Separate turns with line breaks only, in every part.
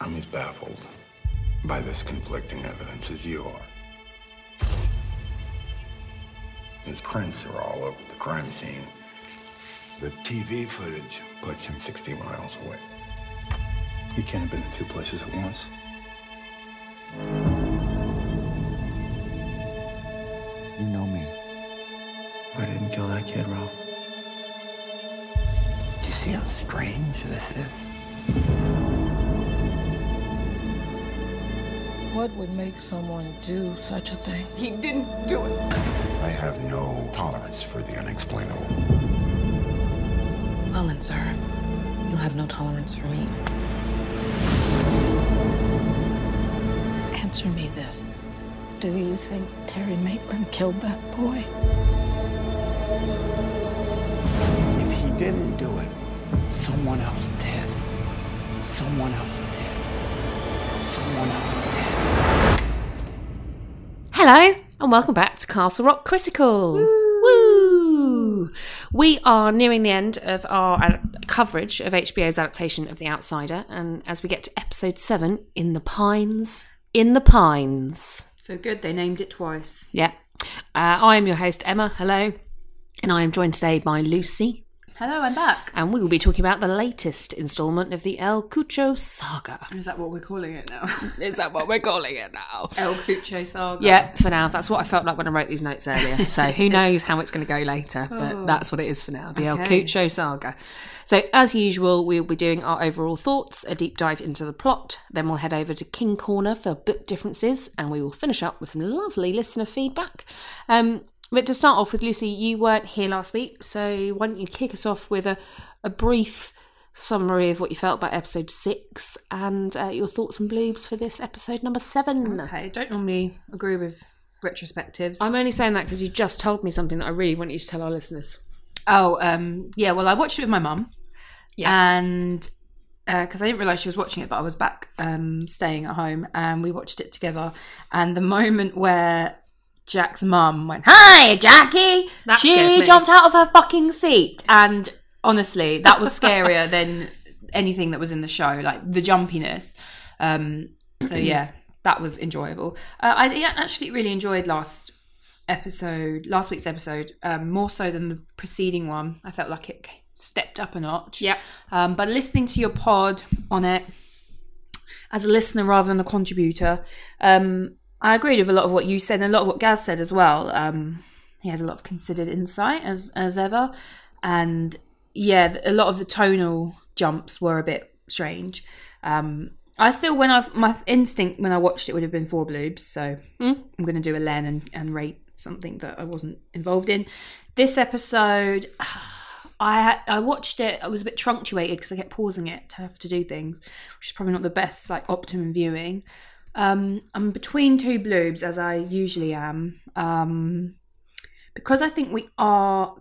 I'm as baffled by this conflicting evidence as you are. His prints are all over the crime scene. The TV footage puts him 60 miles away.
He can't have been in two places at once.
You know me.
I didn't kill that kid, Ralph.
Do you see how strange this is?
What would make someone do such a thing?
He didn't do it.
I have no tolerance for the unexplainable.
Well then, sir, you have no tolerance for me. Answer me this. Do you think Terry Maitland killed that boy?
If he didn't do it, someone else did. Someone else did. Someone else did.
Hello, and welcome back to Castle Rock Critical. Woo! Woo! We are nearing the end of our ad- coverage of HBO's adaptation of The Outsider, and as we get to episode 7, In the Pines. In the Pines.
So good, they named it twice.
Yeah. Uh, I am your host, Emma. Hello. And I am joined today by Lucy.
Hello, I'm back.
And we will be talking about the latest instalment of the El Cucho saga.
Is that what we're calling it now?
Is that what we're calling it now?
El Cucho saga.
Yeah, for now. That's what I felt like when I wrote these notes earlier. So who knows how it's going to go later, but oh. that's what it is for now. The okay. El Cucho saga. So, as usual, we'll be doing our overall thoughts, a deep dive into the plot, then we'll head over to King Corner for book differences, and we will finish up with some lovely listener feedback. Um, but to start off with, Lucy, you weren't here last week, so why don't you kick us off with a, a brief summary of what you felt about episode six and uh, your thoughts and bloobs for this episode number seven?
Okay, I don't normally agree with retrospectives.
I'm only saying that because you just told me something that I really want you to tell our listeners.
Oh, um, yeah. Well, I watched it with my mum. Yeah. And because uh, I didn't realise she was watching it, but I was back um, staying at home and we watched it together. And the moment where Jack's mum went, Hi, Jackie! That she jumped out of her fucking seat. And honestly, that was scarier than anything that was in the show, like the jumpiness. Um, so, yeah, that was enjoyable. Uh, I actually really enjoyed last episode, last week's episode, um, more so than the preceding one. I felt like it stepped up a notch.
Yeah.
Um, but listening to your pod on it as a listener rather than a contributor, um, I agreed with a lot of what you said and a lot of what Gaz said as well. Um, he had a lot of considered insight as as ever, and yeah, a lot of the tonal jumps were a bit strange. Um, I still, when I've my instinct when I watched it would have been four bloobs, so mm. I'm going to do a len and, and rate something that I wasn't involved in. This episode, I I watched it. I was a bit truncated because I kept pausing it to have to do things, which is probably not the best like optimum viewing. Um, I'm between two bloobs as I usually am, um, because I think we are.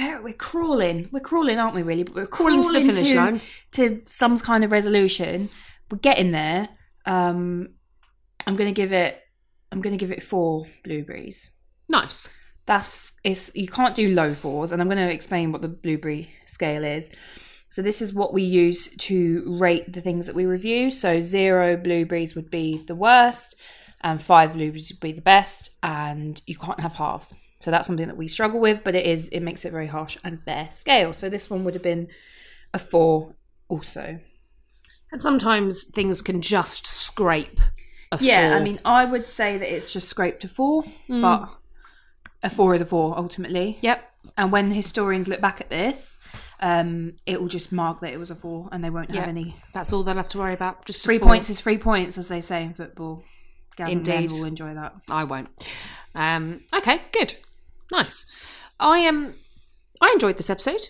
We're crawling, we're crawling, aren't we? Really, but we're crawling, crawling
to the finish line
to some kind of resolution. We're getting there. Um, I'm gonna give it. I'm gonna give it four blueberries.
Nice
that's it's you can't do low fours and i'm going to explain what the blueberry scale is so this is what we use to rate the things that we review so zero blueberries would be the worst and five blueberries would be the best and you can't have halves so that's something that we struggle with but it is it makes it very harsh and fair scale so this one would have been a four also
and sometimes things can just scrape
yeah four. i mean i would say that it's just scraped a four mm. but a four is a four ultimately.
Yep.
And when historians look back at this, um, it will just mark that it was a four, and they won't yep. have any.
That's all they'll have to worry about. Just
three points is three points, as they say in football. Gaz Indeed, will enjoy that.
I won't. Um, okay, good, nice. I am. Um, I enjoyed this episode.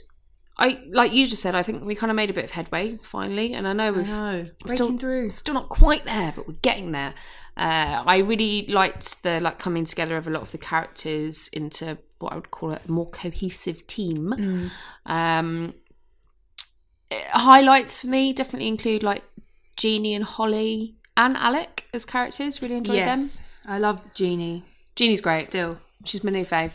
I like you just said. I think we kind of made a bit of headway finally, and I know we've
I know. breaking still, through.
Still not quite there, but we're getting there. Uh, I really liked the like coming together of a lot of the characters into what I would call a more cohesive team. Mm. Um, uh, highlights for me definitely include like Jeannie and Holly and Alec as characters. Really enjoyed yes.
them. I love Jeannie.
Jeannie's great.
Still,
she's my new fave.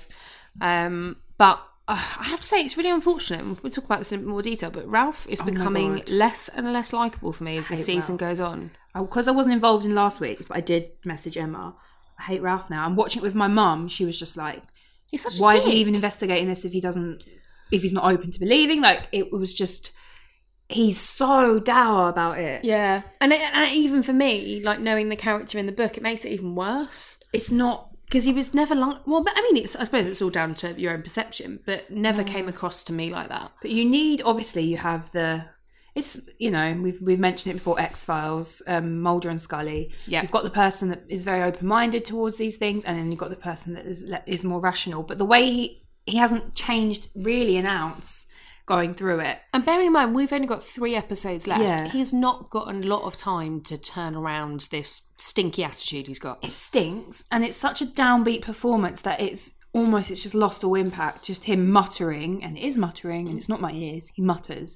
Um, but uh, I have to say, it's really unfortunate. and We'll talk about this in more detail, but Ralph is
Oh my
becoming
God.
less and less likable for me as the
hate
season
Ralph.
goes on.
because I wasn't involved in last week's, but I did message Emma. I hate Ralph now. I'm watching it with my mum. She was just like,
He's such
"Why
a
is he
dick.
even investigating this if he doesn't, if he's not open to believing?" Like it was just, he's so dour about it.
Yeah, and, it, and even for me, like knowing the character in the book, it makes it even worse
It's not.
because he was never like. Well, but I mean, it's I suppose it's all down to your own perception, but never came across to me like that.
But you need obviously you have the. It's you know we've we've mentioned it before X Files, um, Mulder and Scully.
Yeah.
you've got the person that is very open minded towards these things, and then you've got the person that is is more rational. But the way he he hasn't changed really an ounce going through it.
And bearing in mind, we've only got three episodes left.
Yeah.
He's not got a lot of time to turn around this stinky attitude he's got.
it stinks and it's such a downbeat performance that it's almost it's just lost all impact just him muttering and it is muttering and it's not my ears he mutters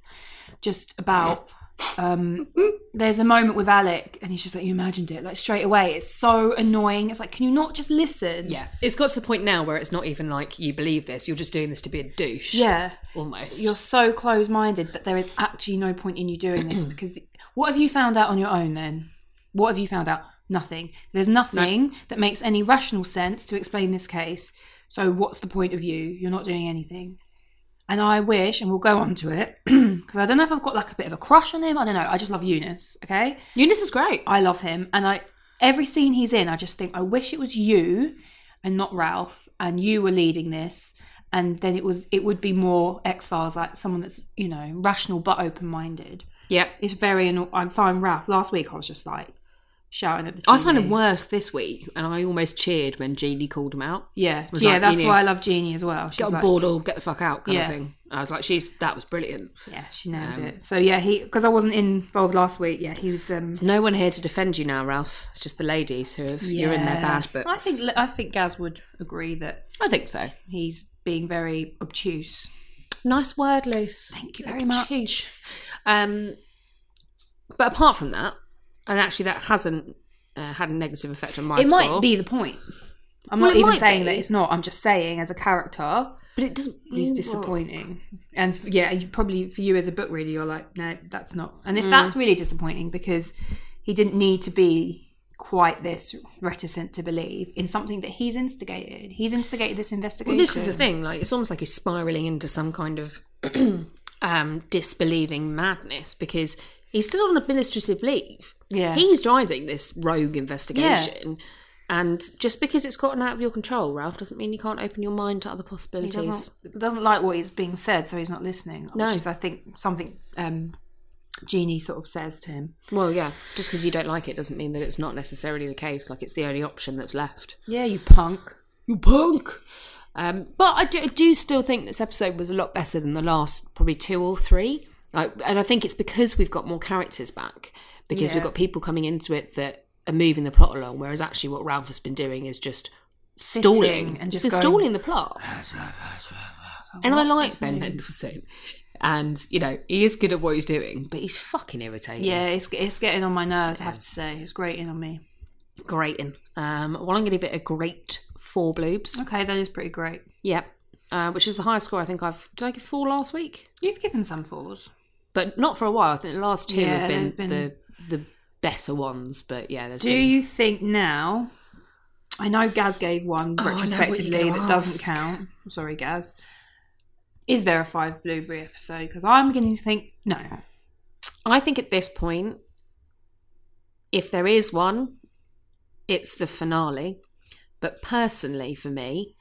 just about um there's a moment with alec and he's just like you imagined it like straight away it's so annoying it's like can you not just listen
Yeah, it's got to the point now where it's not even like you believe this. You're just doing this to be a douche.
yeah
almost.
you're so close minded that there is actually no point in you doing this because the, what have you found out on your own then? What have you found out? Nothing. There's nothing that makes any rational sense to explain this case. So what's the point of you? You're not doing anything. And I wish, and we'll go on to it, because I don't know if I've got like a bit of a crush on him. I don't know. I just love Eunice, okay?
Eunice is great.
I love him, and I every scene he's in, I just think I wish it was you and not Ralph, and you were leading this, and then it was it would be more X Files, like someone that's you know rational but open minded.
Yep.
It's very anno- I find Ralph last week I was just like shouting at the.
I found
TV.
him worse this week, and I almost cheered when Jeannie called him out.
Yeah,
Was
yeah,
like,
that's
you know,
why I love Jeannie as well. She's
Get on
like,
board or get the fuck out kind
Yeah.
of thing. I was like, she's that was brilliant.
Yeah, she nailed
Um,
it. So yeah, he because I wasn't involved last week. Yeah, he was. Um,
There's no one here to defend you now, Ralph. It's just the ladies who have you're in their
yeah.
bad books.
I think I think Gaz would agree that
I think so.
he's being very obtuse.
Nice word, Luce.
Thank you very much.
Jeez. Um, but apart from that, and actually that hasn't uh, had a negative effect on my
it
score.
might be the point. I'm
Well,
not
it
even
might
saying
be.
that it's not. I'm just saying as a character,
but it doesn't.
he's disappointing. And f- yeah, you probably for you as a book reader, you're like, no, that's not. And
Mm.
if that's really disappointing because he didn't need to be quite this reticent to believe in something that he's instigated. He's instigated this investigation.
Well, this is the thing. Like, it's almost like he's spiraling into some kind of um, disbelieving madness because he's still on administrative leave.
Yeah.
he's driving this rogue investigation, and just because it's gotten out of your control, Ralph, doesn't mean you can't open your mind to other
He
possibilities.
doesn't, doesn't like what is being said, so he's not listening. Which
No.
is, I think, something um, Jeannie sort of says to him.
Well, yeah, just because you don't like it doesn't mean that it's not necessarily the case. Like, it's the only option that's left.
Yeah, you punk.
You punk. Um, but I do, I do still think this episode was a lot better than the last probably two or three. Like, and I think it's because we've got more characters back because
Yeah.
we've got people coming into it that are moving the plot along. Whereas actually, what Ralph has been doing is just stalling
Sitting and
He's
just
been
going- "Ah,
stalling the plot. and I like Ben Mendelsohn, and you know he is good at what he's doing, but he's fucking irritating.
Yeah, it's it's getting on my nerves. I have to say, it's grating on me.
grating. Um, well, I'm going to give it a great four bloobs.
Okay, that is pretty great.
Yep. Uh, which is the highest score I think I've. Did I give four last week?
You've given some fours.
But not for a while. I think the last two
Yeah,
have been,
they've been-
the the better ones. But yeah, there's
Do
been.
you think now? I know Gaz gave one
Oh, I know what you're
retrospectively
gonna
that doesn't
ask.
count. I'm sorry, Gaz. Is there a five blueberry episode? Because I'm beginning to think no.
I think at this point, if there is one, it's the finale. But personally, for me,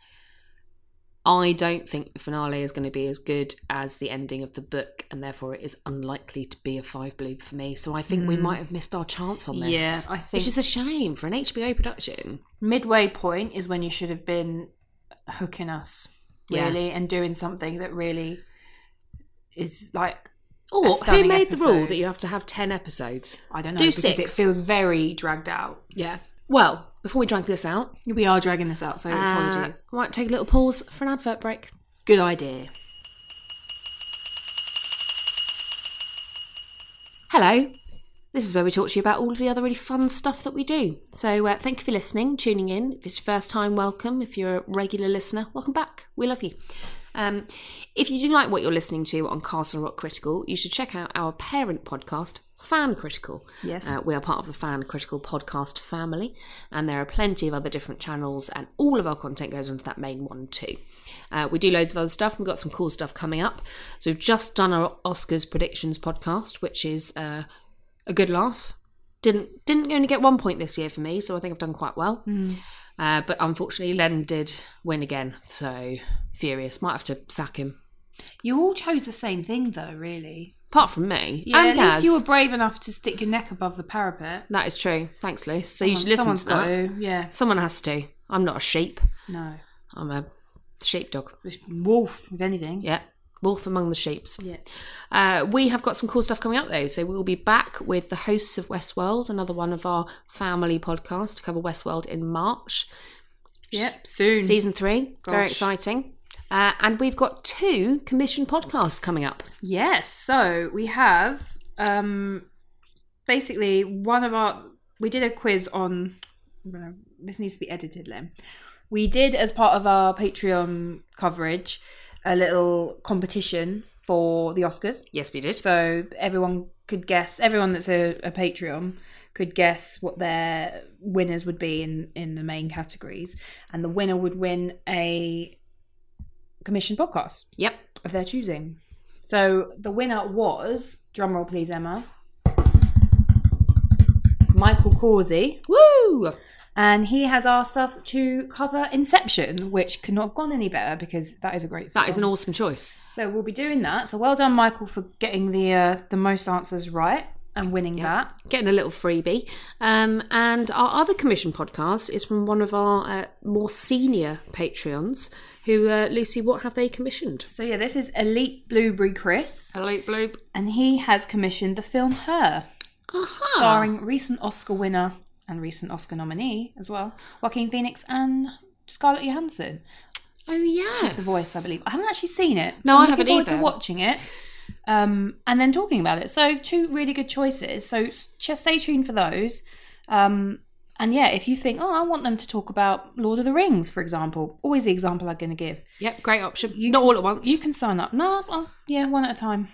I don't think the finale is going to be as good as the ending of the book, and therefore it is unlikely to be a five bloob for me. So I think we might have missed our chance on this.
Hmm. Yeah, I think-
which is a shame for an HBO production.
Midway point is when you should have been hooking us
Yeah.
really and doing something that really is like
Or who
stunning
made the rule
episode.
that you have to have ten episodes?
I don't know
Do
because it
six.
feels very dragged out.
Yeah. Well, before we drag this out,
We are dragging this out, so apologies.
uh, might take a little pause for an advert break.
Good idea.
Hello. This is where we talk to you about all of the other really fun stuff that we do. So, uh, thank you for listening, tuning in. If it's your first time, welcome. If you're a regular listener, welcome back. We love you. Um, if you do like what you're listening to on Castle Rock Critical, you should check out our parent podcast, Fan Critical.
Yes.
Uh, we are part of the Fan Critical podcast family, and there are plenty of other different channels, and all of our content goes onto that main one too. Uh, we do loads of other stuff, and we've got some cool stuff coming up. So we've just done our Oscars predictions podcast, which is uh, a good laugh. Didn't didn't only get one point this year for me, so I think I've done quite well.
Hmm.
Uh, but unfortunately, Len did win again, so furious. Might have to sack him.
You all chose the same thing, though, really.
Apart from me,
Yeah,
and
at least
Gaz.
you were brave enough to stick your neck above the parapet.
That is true. Thanks, Liz. So you
Someone-
should listen
someone's
to that.
got to, yeah.
Someone has to. I'm not a sheep.
No.
I'm a sheepdog.
This wolf, if anything.
Yeah. Wolf among the sheeps.
Yeah.
Uh, we have got some cool stuff coming up though, so we'll be back with the hosts of Westworld, another one of our family podcasts to cover Westworld in March,
Yep. Soon.
season three. Very
Gosh.
exciting. Uh, and we've got two commissioned podcasts coming up.
Yes. So we have um basically one of our we did a quiz on I'm gonna- this needs to be edited, Lim. We did as part of our Patreon coverage a little competition for the Oscars.
Yes, we did.
So everyone could guess everyone that's a, a Patreon could guess what their winners would be in, in the main categories. And the winner would win a commissioned podcast
Yep.
of their choosing. So the winner was, drumroll please, Emma, Michael Causey.
Woo!
And he has asked us to cover Inception, which could not have gone any better because that is a great film.
That is an awesome choice.
So we'll be doing that. So well done, Michael, for getting the uh, the most answers right and winning that.
getting a little freebie. Um, and our other commission podcast is from one of our uh, more senior Patreons, who, uh, Lucy, what have they commissioned?
So yeah, this is Elite Blueberry Chris,
Hello, Bloop.
and he has commissioned the film Her,
Aha.
starring recent Oscar winner and recent Oscar nominee as well, Joaquin Phoenix and Scarlett Johansson.
Oh, yes.
She's the voice, I believe. I haven't actually seen it.
No,
I'm
I haven't
looking forward
either.
To watching it, um, and then talking about it. So two really good choices. So s- just stay tuned for those. Um, and yeah, if you think, oh, I want them to talk about Lord of the Rings, for example, always the example I'm going to give.
Yep, great option.
You
Not
can-
all at once.
You can sign up. No, well, yeah, one at a time.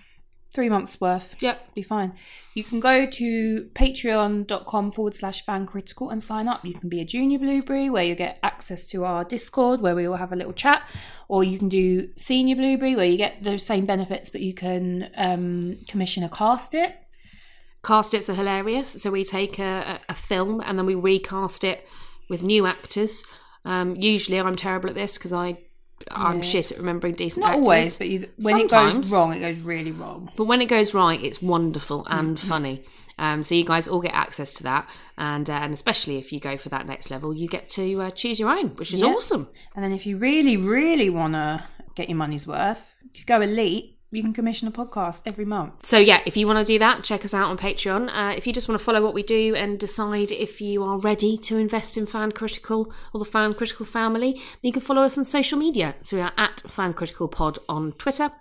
Three months worth.
Yep.
Be fine. You can go to patreon.com forward slash fan critical and sign up. You can be a junior blueberry where you get access to our Discord where we all have a little chat, or you can do senior blueberry where you get those same benefits but you can um, commission a cast it.
Cast it's are hilarious. So we take a, a a film and then we recast it with new actors. Um, usually I'm terrible at this because I. I'm shit at remembering decent
Not
actors.
always, but you, when it
Sometimes.
goes wrong, it goes really wrong.
But when it goes right, it's wonderful and
Mm-hmm.
funny. Um, so you guys all get access to that, and uh, and especially if you go for that next level, you get to uh, choose your own, which is
Yeah.
awesome.
And then if you really, really want to get your money's worth, if you go elite, you can commission a podcast every month.
So yeah, if you want to do that, check us out on Patreon. Uh, if you just want to follow what we do and decide if you are ready to invest in Fan Critical or the Fan Critical family, then you can follow us on social media. So we are at Fan Critical Pod on Twitter,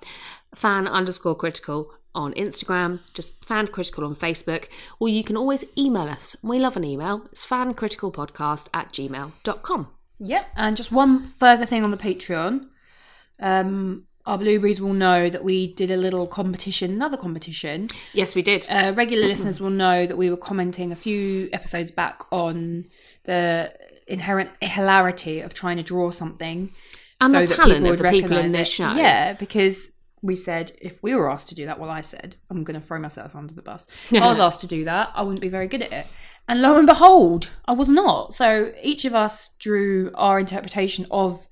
Fan underscore Critical on Instagram, just Fan Critical on Facebook, or you can always email us. We love an email. It's fancriticalpodcast at gmail.com.
Yep. And just one further thing on the Patreon. Um, our blueberries will know that we did a little competition, another competition.
Yes, we did.
Uh, regular listeners will know that we were commenting a few episodes back on the inherent hilarity of trying to draw something
and the
so that
talent of
would
the people in
recognise
this
it.
show.
Yeah, because we said if we were asked to do that, well, I said I'm going to throw myself under the bus. If I was asked to do that, I wouldn't be very good at it. And lo and behold, I was not. So each of us drew our interpretation of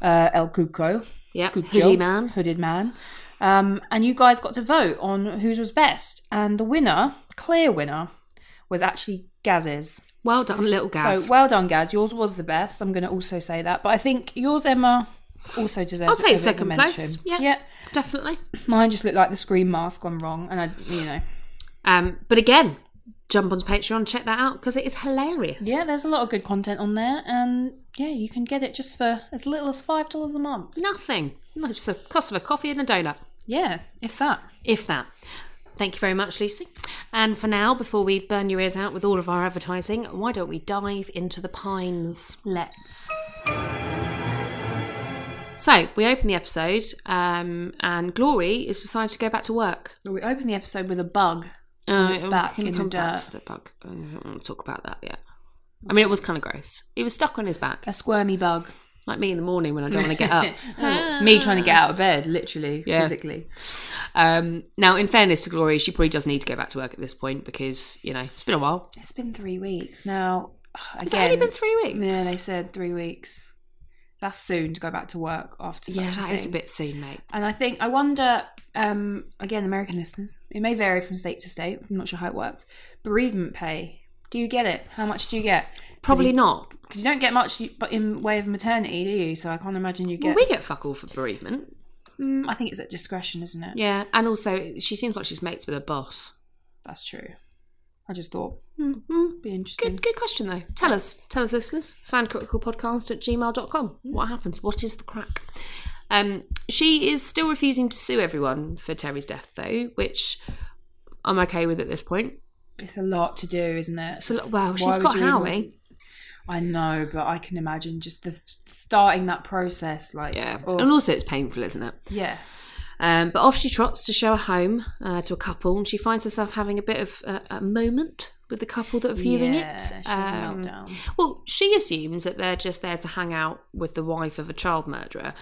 uh, El Cuco,
Yep.
Cucho,
Hoodie man.
hooded man. Um, and you guys got to vote on whose was best, and the winner, clear winner, was actually Gaz's.
Well done, little Gaz.
So well done, Gaz. Yours was the best. I'm going to also say that, but I think yours, Emma, also deserves.
I'll take
a bit of a
second place.
mention.
Yeah, definitely.
Mine just looked like the screen mask gone wrong, and I, you know.
Um, but again, jump onto Patreon, check that out because it is hilarious.
Yeah, there's a lot of good content on there, and yeah, you can get it just for as little as five dollars a month.
nothing. No, Just the cost of a coffee and a donut,
Yeah, if that.
if that. Thank you very much, Lucy. And for now, before we burn your ears out with all of our advertising, why don't we dive into the pines?
Let's.
So we open the episode, um, and Glory is decided to go back to work.
We open the episode with a bug.
Uh,
it's
we're
back
gonna
Oh, in the
come back
dirt.
to the bug. I don't want to talk about that yet. I mean, it was kind of gross. He was stuck on his back,
A squirmy bug.
like me in the morning when I don't want to get up.
Oh, Me trying to get out of bed, literally,
Yeah.
physically.
Um, now, in fairness to Glory, she probably does need to go back to work at this point because you know it's been a while.
It's been three weeks now. Again,
Has it only been three weeks?
Yeah, they said three weeks. That's soon to go back to work after.
yeah,
such
that is a
thing.
bit soon, mate.
And I think I wonder. Um, again, American listeners, it may vary from state to state. I'm not sure how it works. Bereavement pay. Do you get it? How much do you get?
Probably not.
Because you don't get much you- but in way of maternity, do you? So I can't imagine you
Well,
get.
we get fuck all for bereavement.
Mm, I think it's at discretion, isn't it?
Yeah, and also she seems like she's mates with her boss.
That's true. I just thought hmm,
Mm-hmm.
be interesting.
Good, good question though. Tell us, tell us, listeners. Fancriticalpodcast at gmail.com.
Mm.
What happens? What is the crack? Um, she is still refusing to sue everyone for Terry's death, though, which I'm okay with at this point.
It's a lot to do, isn't it?
So, well,
Why
she's
would
got eh?
you even-
Howie.
I know, but I can imagine just the starting that process, like
Yeah,
oh,
and also it's painful, isn't it?
yeah.
Um, but off she trots to show a home uh, to a couple, and she finds herself having a bit of a, a moment with the couple that are viewing
yeah,
it.
She has a
Um,
meltdown.
Well, she assumes that they're just there to hang out with the wife of a child murderer.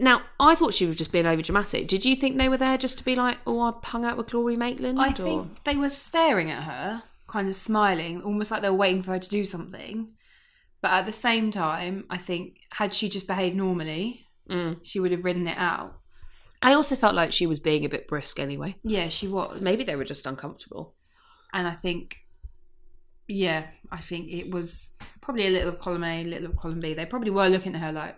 Now, I thought she was just being over dramatic. Did you think they were there just to be like, oh, I've hung out with Glory Maitland?
I
or-
think they were staring at her, kind of smiling, almost like they were waiting for her to do something. But at the same time, I think had she just behaved normally,
Mm.
she would have ridden it out.
I also felt like she was being a bit brisk anyway.
Yeah, she was.
So maybe they were just uncomfortable.
and I think, yeah, I think it was probably a little of column A, a little of column B. They probably were looking at her like,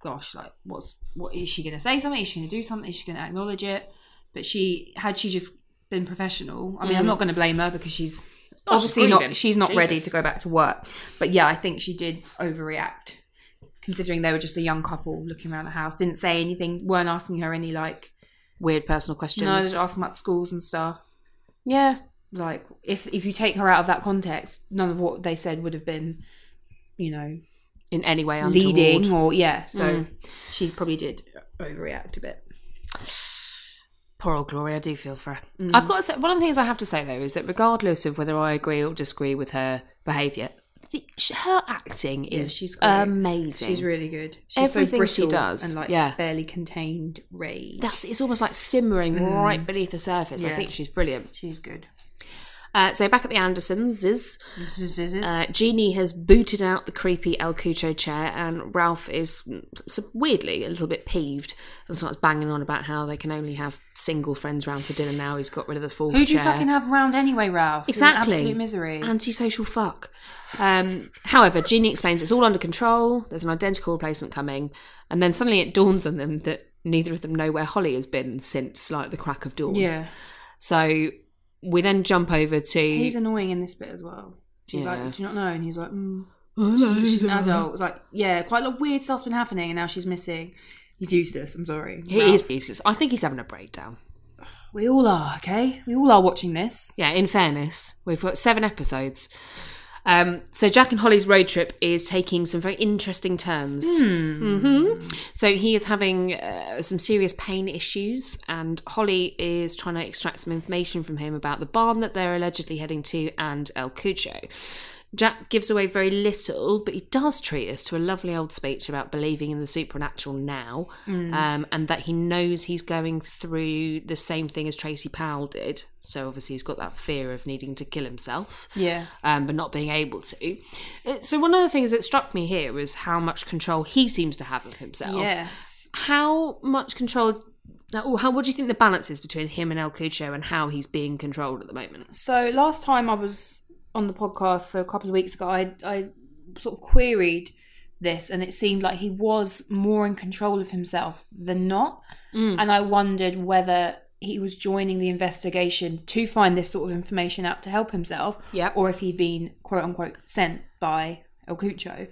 gosh, like what's what is she going to say something? Is she going to do something? Is she going to acknowledge it? But she had she just been professional. I mean, I'm
Mm.
not going to blame her because she's
Oh, she's
obviously
grieving.
not. She's not ready
Jesus.
to go back to work. But yeah, I think she did overreact. Considering they were just a young couple looking around the house, didn't say anything, weren't asking her any like,
Weird personal
no, they
questions.
just asking about schools and stuff
yeah.
like if if you take her out of that context, none of what they said would have been, you know,
In any way, untoward.
leading or yeah. So
Mm.
she probably did overreact a bit.
Poor old Gloria, I do feel for her.
Mm.
I've got to say, one of the things I have to say though is that regardless of whether I agree or disagree with her behaviour, the, sh- her acting is
she's great.
amazing.
She's really good. She's so
Everything she
brittle
does,
and like
yeah.
barely contained rage.
That's it's almost like simmering right beneath the surface. I
Mm. Yeah.
think she's brilliant.
she's good.
Uh, so back at the Andersons is
This is, this is-
uh, Jeannie has booted out the creepy El Cucho chair, and Ralph is mm, s- weirdly a little bit peeved and starts banging on about how they can only have single friends round for dinner now. He's got rid of the fourth
Who do you
chair.
fucking have round anyway, Ralph? You're an
Exactly.
absolute misery.
Antisocial fuck. Um, however, Jeannie explains it's all under control. There's an identical replacement coming, and then suddenly it dawns on them that neither of them know where Holly has been since like the crack of dawn.
yeah,
So we then jump over to
he's annoying in this bit as well. She's
Yeah.
like, "Do you not know?" And he's like, mm. she's, she's an adult. It's like, yeah, quite a lot of weird stuff's been happening, and now she's missing. He's useless. I'm sorry.
he is useless. I think he's having a breakdown.
We all are, okay? We all are watching this.
Yeah, in fairness, we've got seven episodes. Um, so Jack and Holly's road trip is taking some very interesting turns. hmm So he is having uh, some serious pain issues, and Holly is trying to extract some information from him about the barn that they're allegedly heading to and El Cucho. Jack gives away very little, but he does treat us to a lovely old speech about believing in the supernatural now, um, and that he knows he's going through the same thing as Tracy Powell did. So obviously he's got that fear of needing to kill himself
Yeah.
um, but not being able to. Uh, So one of the things that struck me here was how much control he seems to have of himself.
Yes.
How much control? Or how? What do you think the balance is between him and El Cucho, and how he's being controlled at the moment?
So last time I was on the podcast, so a couple of weeks ago, I, I sort of queried this, and it seemed like he was more in control of himself than not. And I wondered whether he was joining the investigation to find this sort of information out to help himself,
Yep.
or if he'd been quote unquote sent by El Cucho.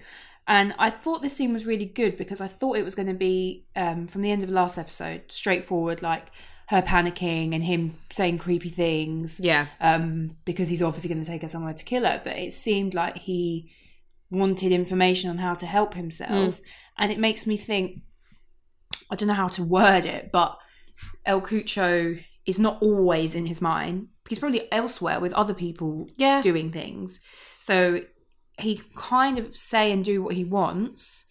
And I thought this scene was really good because I thought it was going to be um, from the end of last episode, straightforward, like her panicking and him saying creepy things
Yeah,
um, because he's obviously going to take her somewhere to kill her. But it seemed like he wanted information on how to help himself. And it makes me think I don't know how to word it, but El Cucho is not always in his mind. He's probably elsewhere with other people
Yeah.
doing things. So he kind of say and do what he wants.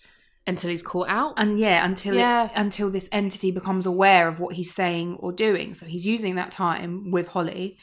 until he's caught out.
And yeah, until
Yeah.
It, until this entity becomes aware of what he's saying or doing. So he's using that time with Holly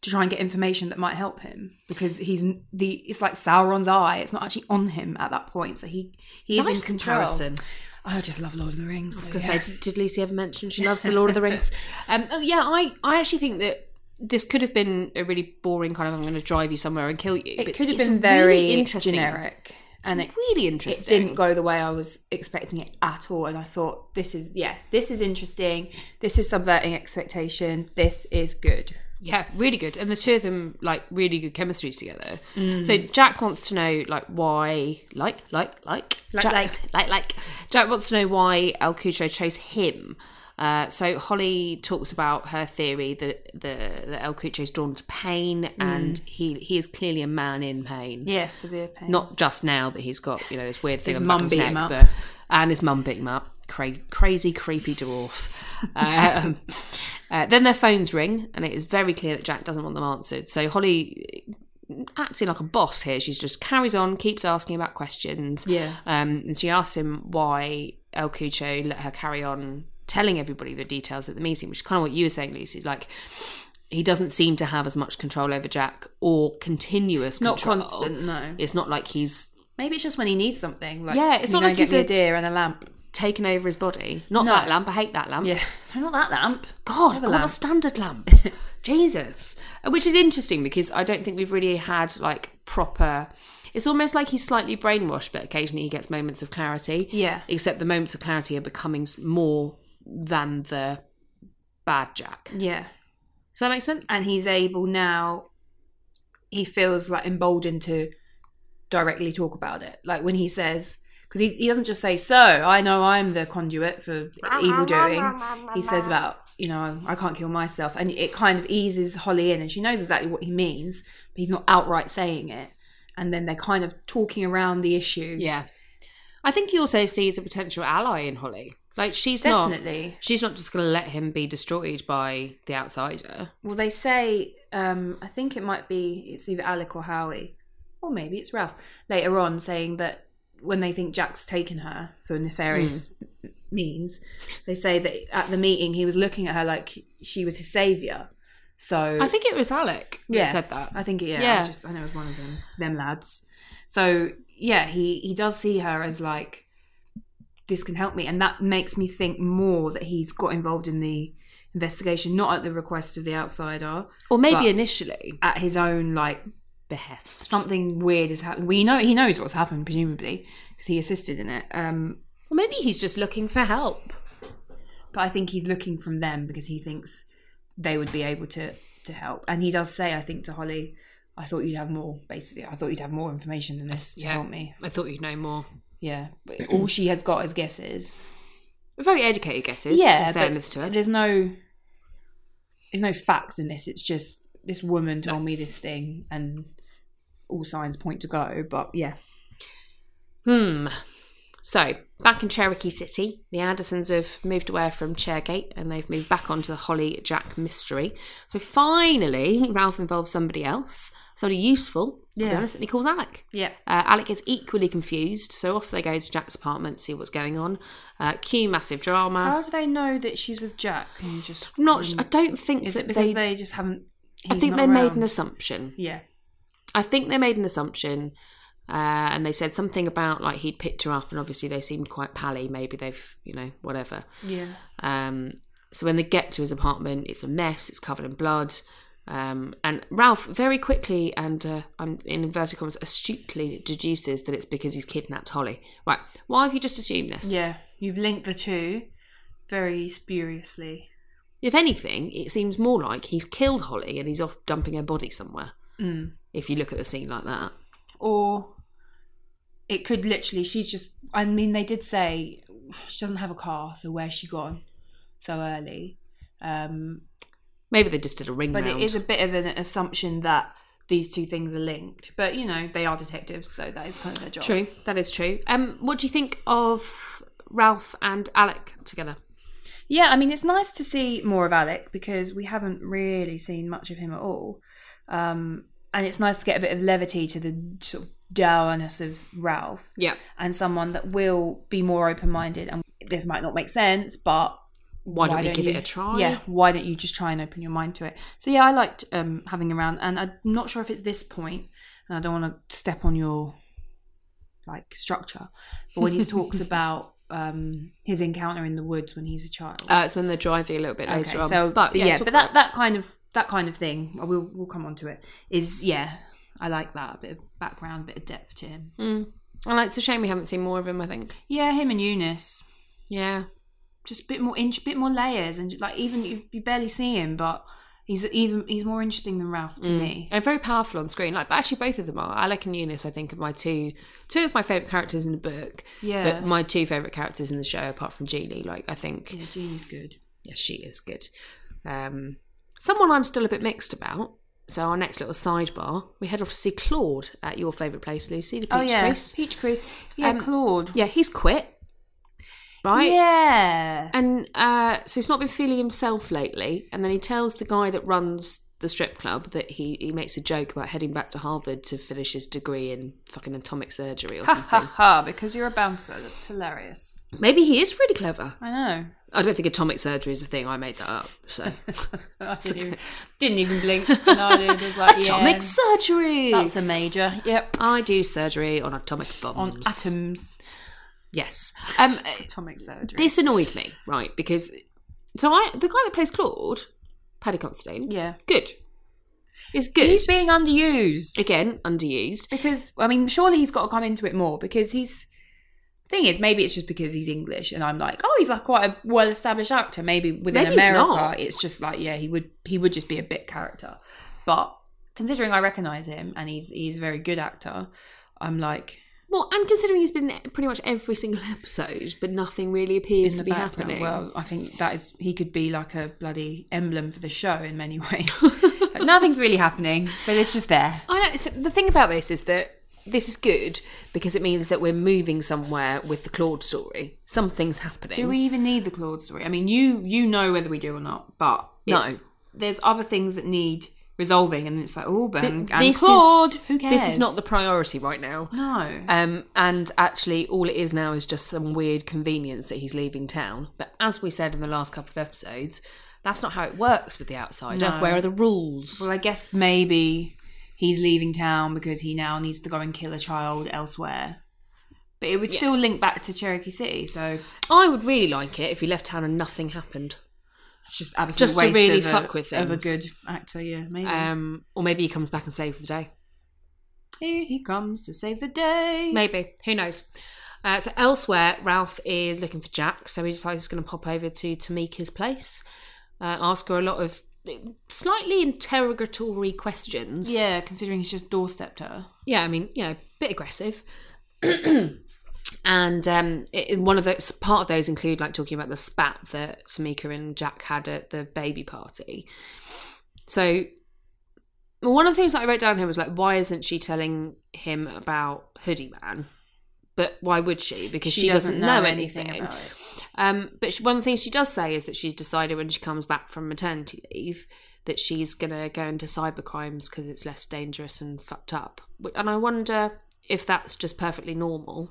to try and get information that might help him because he's n- the it's like Sauron's eye. It's not actually on him at that point. So he he is
nice
in control.
comparison.
I just love Lord of the Rings.
I was going to say, did, did Lucy ever mention she loves the Lord of the Rings? Um, oh yeah, I, I actually think that this could have been a really boring kind of I'm going to drive you somewhere and kill you.
it
but
could have
it's
been very
really interesting.
generic,
It's
and it,
really
it
interesting.
didn't go the way I was expecting it at all. And I thought, this is yeah, this is interesting. This is subverting expectation. This is good.
Yeah, really good. And the two of them like really good chemistry together.
Mm.
So Jack wants to know like why like like like
Like,
Jack,
like.
like like Jack wants to know why El Cucho chose him. Uh, so Holly talks about her theory that the that El Cucho is drawn to
Mm.
pain and he he is clearly a man in pain.
Yeah, severe pain.
Not just now that he's got you know this weird thing
His
on the back
mum
of his
beat him
neck,
up.
but and his mum beat him up. Cra- crazy, creepy dwarf. um, uh, then their phones ring, and it is very clear that Jack doesn't want them answered. So Holly, uh, acting like a boss here, she's just carries on, keeps asking about questions.
Yeah.
Um, and she asks him why El Cucho let her carry on telling everybody the details at the meeting, which is kind of what you were saying, Lucy. Like he doesn't seem to have as much control over Jack or continuous
Not
control.
constant, no.
It's not like he's
Maybe it's just when he needs something. Like,
Yeah, it's
"Can
not
you go
like
get
he's
me a,
a-
deer and a lamp.
taken over his body. Not
No.
that lamp. I hate that lamp.
Yeah, no, not that lamp.
God, I
Another
want a
lamp.
standard lamp. Jesus. Uh, Which is interesting because I don't think we've really had like proper. It's almost like he's slightly brainwashed, but occasionally he gets moments of clarity.
Yeah.
Except the moments of clarity are becoming s- more than the bad Jack. Does
Yeah,
that make sense?
and he's able now. He feels like emboldened to directly talk about it. Like when he says, because he, he doesn't just say, "So I know I'm the conduit for evil doing." He says about you know I can't kill myself, and it kind of eases Holly in, and she knows exactly what he means, but he's not outright saying it. And then they're kind of talking around the issue.
yeah. I think he also sees a potential ally in Holly. Like she's not.
definitely.
She's not just going to let him be destroyed by the outsider.
Well, they say um, I think it might be it's either Alec or Howie, or maybe it's Ralph later on saying that when they think Jack's taken her for nefarious
Hmm.
means, they say that at the meeting he was looking at her like she was his savior. So
I think it was Alec that
yeah,
said that.
I think yeah,
Yeah.
I just I know it was one of them them lads. So yeah, he he does see her as like this can help me, and that makes me think more that he's got involved in the investigation, not at the request of the outsider
Or maybe
But-
initially
at his own like
behest.
something weird has happened. We know he knows what's happened presumably because he assisted in it. Um,
Or maybe he's just looking for help.
but I think he's looking from them because he thinks they would be able to to help. And he does say, I think to Holly, I thought you'd have more. Basically, I thought you'd have more information than this to
Yeah.
help me.
I thought you'd know more.
Yeah, but all she has got is guesses.
Very educated guesses.
yeah,
in
but
fairness to it.
There's no there's no facts in this. It's just this woman told me this thing, and all signs point to go. But yeah,
Hmm. So back in Cherokee City, the Andersons have moved away from Chairgate and they've moved back onto the Holly Jack mystery. So finally, Ralph involves somebody else, somebody useful. To be
Yeah.
honest, and he calls Alec.
yeah.
Uh, Alec is equally confused, so off they go to Jack's apartment, see what's going on. Uh, cue massive drama.
How do they know that she's with Jack? Can you just
Uh, I'm not. I don't think
hmm. Is
that
it because
they.
they, just haven't?
I
he's
think
not
they made
around?
an assumption.
Yeah,
I think they made an assumption, uh, and they said something about like he'd picked her up, and obviously they seemed quite pally. Maybe they've, you know, whatever.
yeah.
Um, so when they get to his apartment, it's a mess. It's covered in blood. Um, and Ralph very quickly and uh, I'm in inverted commas astutely deduces that it's because he's kidnapped Holly. Right? Why have you just assumed this?
Yeah, you've linked the two very spuriously.
If anything, it seems more like he's killed Holly and he's off dumping her body somewhere.
Mm.
If you look at the scene like that.
Or it could literally, she's just, I mean, they did say she doesn't have a car, so where's she gone so early? Um,
Maybe they just did a ring
but
round.
it is a bit of an assumption that these two things are linked. But you know, they are detectives, so that is kind of their job.
True, that is true. Um, what do you think of Ralph and Alec together?
Yeah, I mean, it's nice to see more of Alec because we haven't really seen much of him at all. Um, and it's nice to get a bit of levity to the sort of dourness of Ralph
Yeah,
and someone that will be more open minded. And this might not make sense, but
why, don't we
don't
give
you-
it a try?
yeah, why don't you just try and open your mind to it? So yeah, I liked um, having him around, and I'm not sure if it's this point, and I don't want to step on your like structure, but when he talks about um, his encounter in the woods when he's a child,
Uh, it's when they're driving a little bit later on.
so
but yeah, talk
but
about
that that kind of that kind of thing, we'll we'll come on to it. Is yeah, I like that a bit of background, a bit of depth to him.
Mm. it. and like, it's a shame we haven't seen more of him. I think.
Yeah, him and Eunice.
Yeah,
just a bit more inch, bit more layers, and like even you, you barely see him, but he's even he's more interesting than Ralph
Mm.
to me.
and very powerful on screen. Like, but actually, both of them are. Alec and Eunice, I think, are my two two of my favorite characters in the book.
Yeah.
but my two favorite characters in the show, apart from Julie. Like, I think
Yeah, Jeannie's good.
yeah, she is good. Um, someone I'm still a bit mixed about. So our next little sidebar, we head off to see Claude at your favourite place, Lucy, the Peach
oh yeah,
Crease.
Peach Crease. Yeah,
Um,
Claude.
Yeah, he's quit, right?
Yeah.
And uh, so he's not been feeling himself lately. And then he tells the guy that runs the strip club that he, he makes a joke about heading back to Harvard to finish his degree in fucking atomic surgery or
Ha ha
something.
ha! Because you're a bouncer. That's hilarious.
Maybe he is really clever.
I know.
I don't think atomic surgery is a thing. I made that up. So
I didn't, didn't even blink. And I did, was like,
atomic
yeah,
surgery.
That's a major. Yep.
I do surgery on atomic bombs.
On atoms.
Yes. Um,
Atomic surgery.
this annoyed me, right? Because so I, the guy that plays Claude, Paddy Constantine,
yeah.
good. Is good.
He's being underused.
Again, underused.
because I mean, surely he's got to come into it more because he's. Thing is, maybe it's just because he's English, and I'm like, oh, he's like quite a well-established actor. Maybe within
Maybe he's
America,
not.
it's just like, yeah, he would he would just be a bit character. But considering I recognise him and he's he's a very good actor, I'm like,
Well, and considering he's been in pretty much every single episode, but nothing really appears
in
to
the
be
background,
happening.
Well, I think that is he could be like a bloody emblem for the show in many ways. Like, nothing's really happening, but it's just there.
I know. So the thing about this is that this is good because it means that we're moving somewhere with the Claude story. Something's happening.
Do we even need the Claude story? I mean, you you know whether we do or not, but it's-
No.
there's other things that need resolving, and it's like, oh, but
Th-
and,
this is-
Claude, who cares?
This is not the priority right now.
no.
Um, and actually, all it is now is just some weird convenience that he's leaving town. But as we said in the last couple of episodes, that's not how it works with the outsider.
No.
Where are the rules?
well, I guess maybe he's leaving town because he now needs to go and kill a child elsewhere. But it would still link back to Cherokee City, so
I would really like it if he left town and nothing happened.
it's just absolute
Just to
waste
really
of, a,
fuck with
of a
things.
good actor. Yeah, maybe
Um, or maybe he comes back and saves the day.
here he comes to save the day.
Maybe. Who knows? Uh, so elsewhere, Ralph is looking for Jack, so he decides he's going to pop over to Tamika's place, uh, ask her a lot of slightly interrogatory questions.
Yeah, considering he's just doorstepped her.
yeah, I mean, you know, a bit aggressive. and um, it, one of those part of those include like talking about the spat that Samika and Jack had at the baby party. So well, one of the things that I wrote down here was like, why isn't she telling him about Hoodie Man? But why would she? Because she, doesn't, know, anything.
about it.
Um, but she, one thing she does say is that she's decided when she comes back from maternity leave that she's going to go into cybercrimes because it's less dangerous and fucked up. Wh- And I wonder if that's just perfectly normal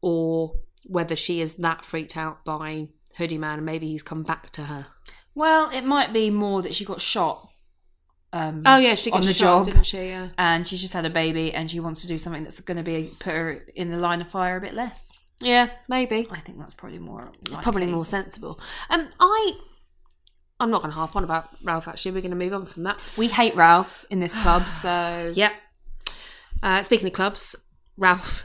or whether she is that freaked out by Hoodie Man and maybe he's come back to her.
Well, it might be more that she got shot. Um,
Oh, yeah, she did
on
get
the
shot,
job,
didn't she? Yeah.
and she's just had a baby, and she wants to do something that's going to be put her in the line of fire a bit less.
Yeah, maybe.
I think that's probably more likely.
Probably more sensible. Um, I, I'm not going to harp on about Ralph, actually. We're going to move on from that.
We hate Ralph in this club, so
Yep. Uh, speaking of clubs, Ralph.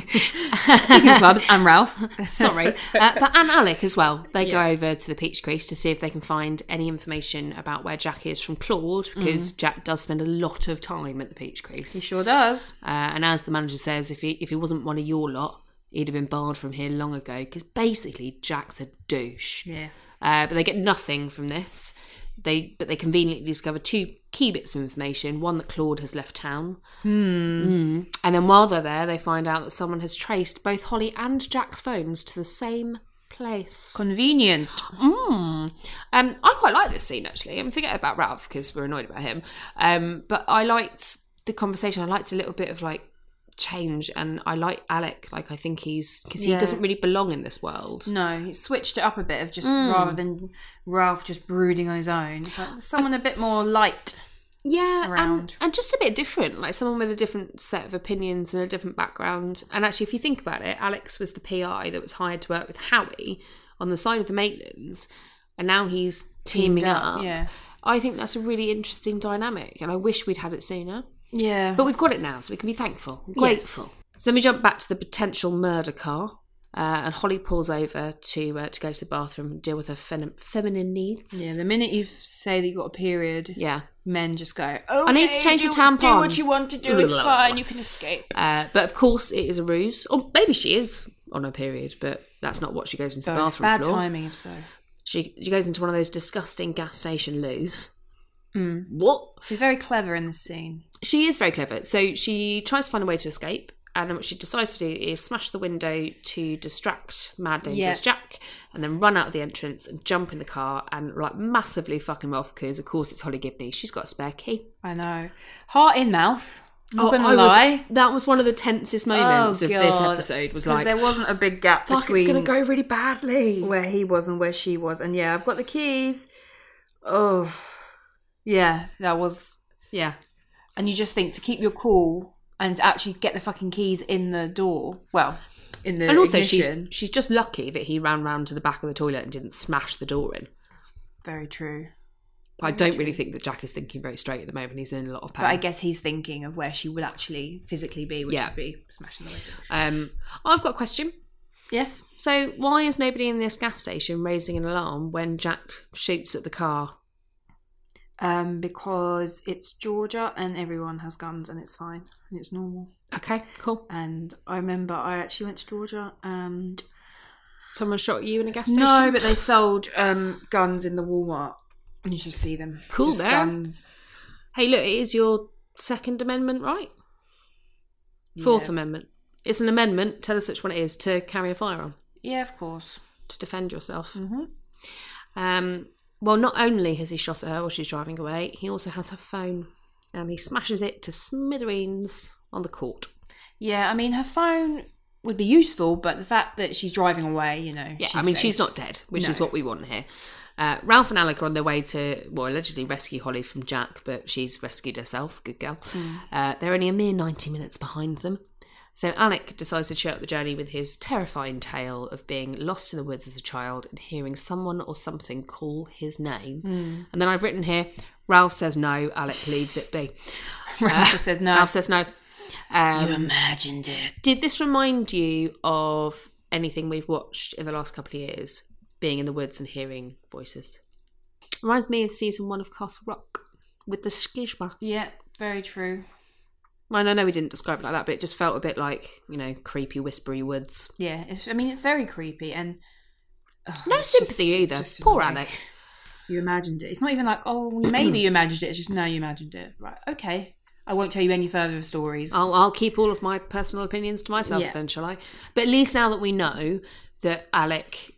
speaking of clubs, I'm Ralph.
Sorry. Uh, but and Alec as well. They go over to the Peach Crease to see if they can find any information about where Jack is from Claude, because Jack does spend a lot of time at the Peach
Mm-hmm. He
Crease.
sure does.
Uh, and as the manager says, if he if he wasn't one of your lot, he'd have been barred from here long ago. Because basically, Jack's a douche.
Yeah.
Uh, but they get nothing from this. They but they conveniently discover two key bits of information. One that Claude has left town, Mm. and then while they're there, they find out that someone has traced both Holly and Jack's phones to the same place.
Convenient.
Mm. Um, I quite like this scene actually. I mean, forget about Ralph because we're annoyed about him. Um, but I liked the conversation. I liked a little bit of like change, and I like Alec. Like I think he's because he
Yeah.
doesn't really belong in this world.
No, he switched it up a bit of just
Hmm.
rather than Ralph just brooding on his own. It's like there's someone a bit more light.
yeah, and-
around.
And, just a bit different, like someone with a different set of opinions and a different background. And actually, if you think about it, Alex was the PI that was hired to work with Howie on the side of the Maitlands, and now he's teaming
Teamed up,
up.
yeah.
I think that's a really interesting dynamic, and I wish we'd had it sooner.
Yeah.
But we've got it now, so we can be thankful, and grateful. So then we jump back to the potential murder car, uh, and Holly pulls over to uh, to go to the bathroom and deal with her fem- feminine needs.
yeah, the minute you say that you got a period,
Yeah.
men just go, Oh,
need to change
do,
my
Do
tampon."
what you want to do, it's
Blah.
fine, you can escape.
Uh, but of course, it is a ruse, or maybe she is on her period, but that's not what she goes into the
So it's
bathroom
bad
floor.
timing if so.
She she goes into one of those disgusting gas station loos.
Hmm.
What?
She's very clever in this scene.
she is very clever. So she tries to find a way to escape, and then what she decides to do is smash the window to distract Mad Dangerous
Yeah.
Jack, and then run out of the entrance and jump in the car and like massively fuck him off because of course it's Holly Gibney. She's got a spare key.
I know. Heart in mouth. I'm not gonna
Oh, I was-
lie.
that was one of the tensest moments
Oh,
of this
God.
episode. Was
'Cause
like,
there wasn't a big gap
fuck,
between
it's gonna go really badly.
where he was and where she was. And yeah, I've got the keys. Oh, yeah, that was.
Yeah,
And you just think to keep your cool and actually get the fucking keys in the door. Well, in the
and also
ignition.
she's she's just lucky that he ran round to the back of the toilet and didn't smash the door in.
very true.
I don't really think that Jack is thinking very straight at the moment. He's in a lot of pain.
But I guess he's thinking of where she would actually physically be, which
Yeah.
would be smashing the window.
Um, I've got a question.
Yes,
So, why is nobody in this gas station raising an alarm when Jack shoots at the car?
um, because it's Georgia and everyone has guns and it's fine and it's normal.
Okay, cool.
And I remember I actually went to Georgia and
Someone shot you in a gas station?
No, but they sold um, guns in the Walmart. And you should see them.
Cool
Just
there.
Guns.
Hey, look, it is your Second Amendment, right? Fourth
Yeah.
Amendment. It's an amendment, tell us which one it is, to carry a firearm,
Yeah, of course.
to defend yourself. Um, well, not only has he shot at her while she's driving away, he also has her phone and he smashes it to smithereens on the court.
Yeah, I mean, her phone would be useful, but the fact that she's driving away, you know.
Yeah, I mean, she's
safe.
not dead, which is
No.
what we want here. Uh, Ralph and Alec are on their way to, well, allegedly rescue Holly from Jack, but she's rescued herself. Good girl.
Hmm.
Uh, they're only a mere 90 minutes behind them. So Alec decides to cheer up the journey with his terrifying tale of being lost in the woods as a child and hearing someone or something call his name.
Hmm.
And then I've written here Ralph says no, Alec leaves it be.
Ralph just says no.
Ralph says no. Um,
imagined it.
did this remind you of anything we've watched in the last couple of years? Being in the woods and hearing voices. Reminds me of season one of Castle Rock with the schisma.
Yeah, very true.
Mine, I know we didn't describe it like that, but it just felt a bit like, you know, creepy, whispery woods.
Yeah, it's, I mean, it's very creepy and. Ugh,
No
it's just-
sympathy either.
just
Poor
annoying.
Alec. Mm.
You imagined it. It's not even like, oh, well, maybe you imagined it. It's just, no, you imagined it. Right, okay. I won't tell you any further stories.
I'll, I'll keep all of my personal opinions to myself
Yeah.
then, shall I? But at least now that we know that Alec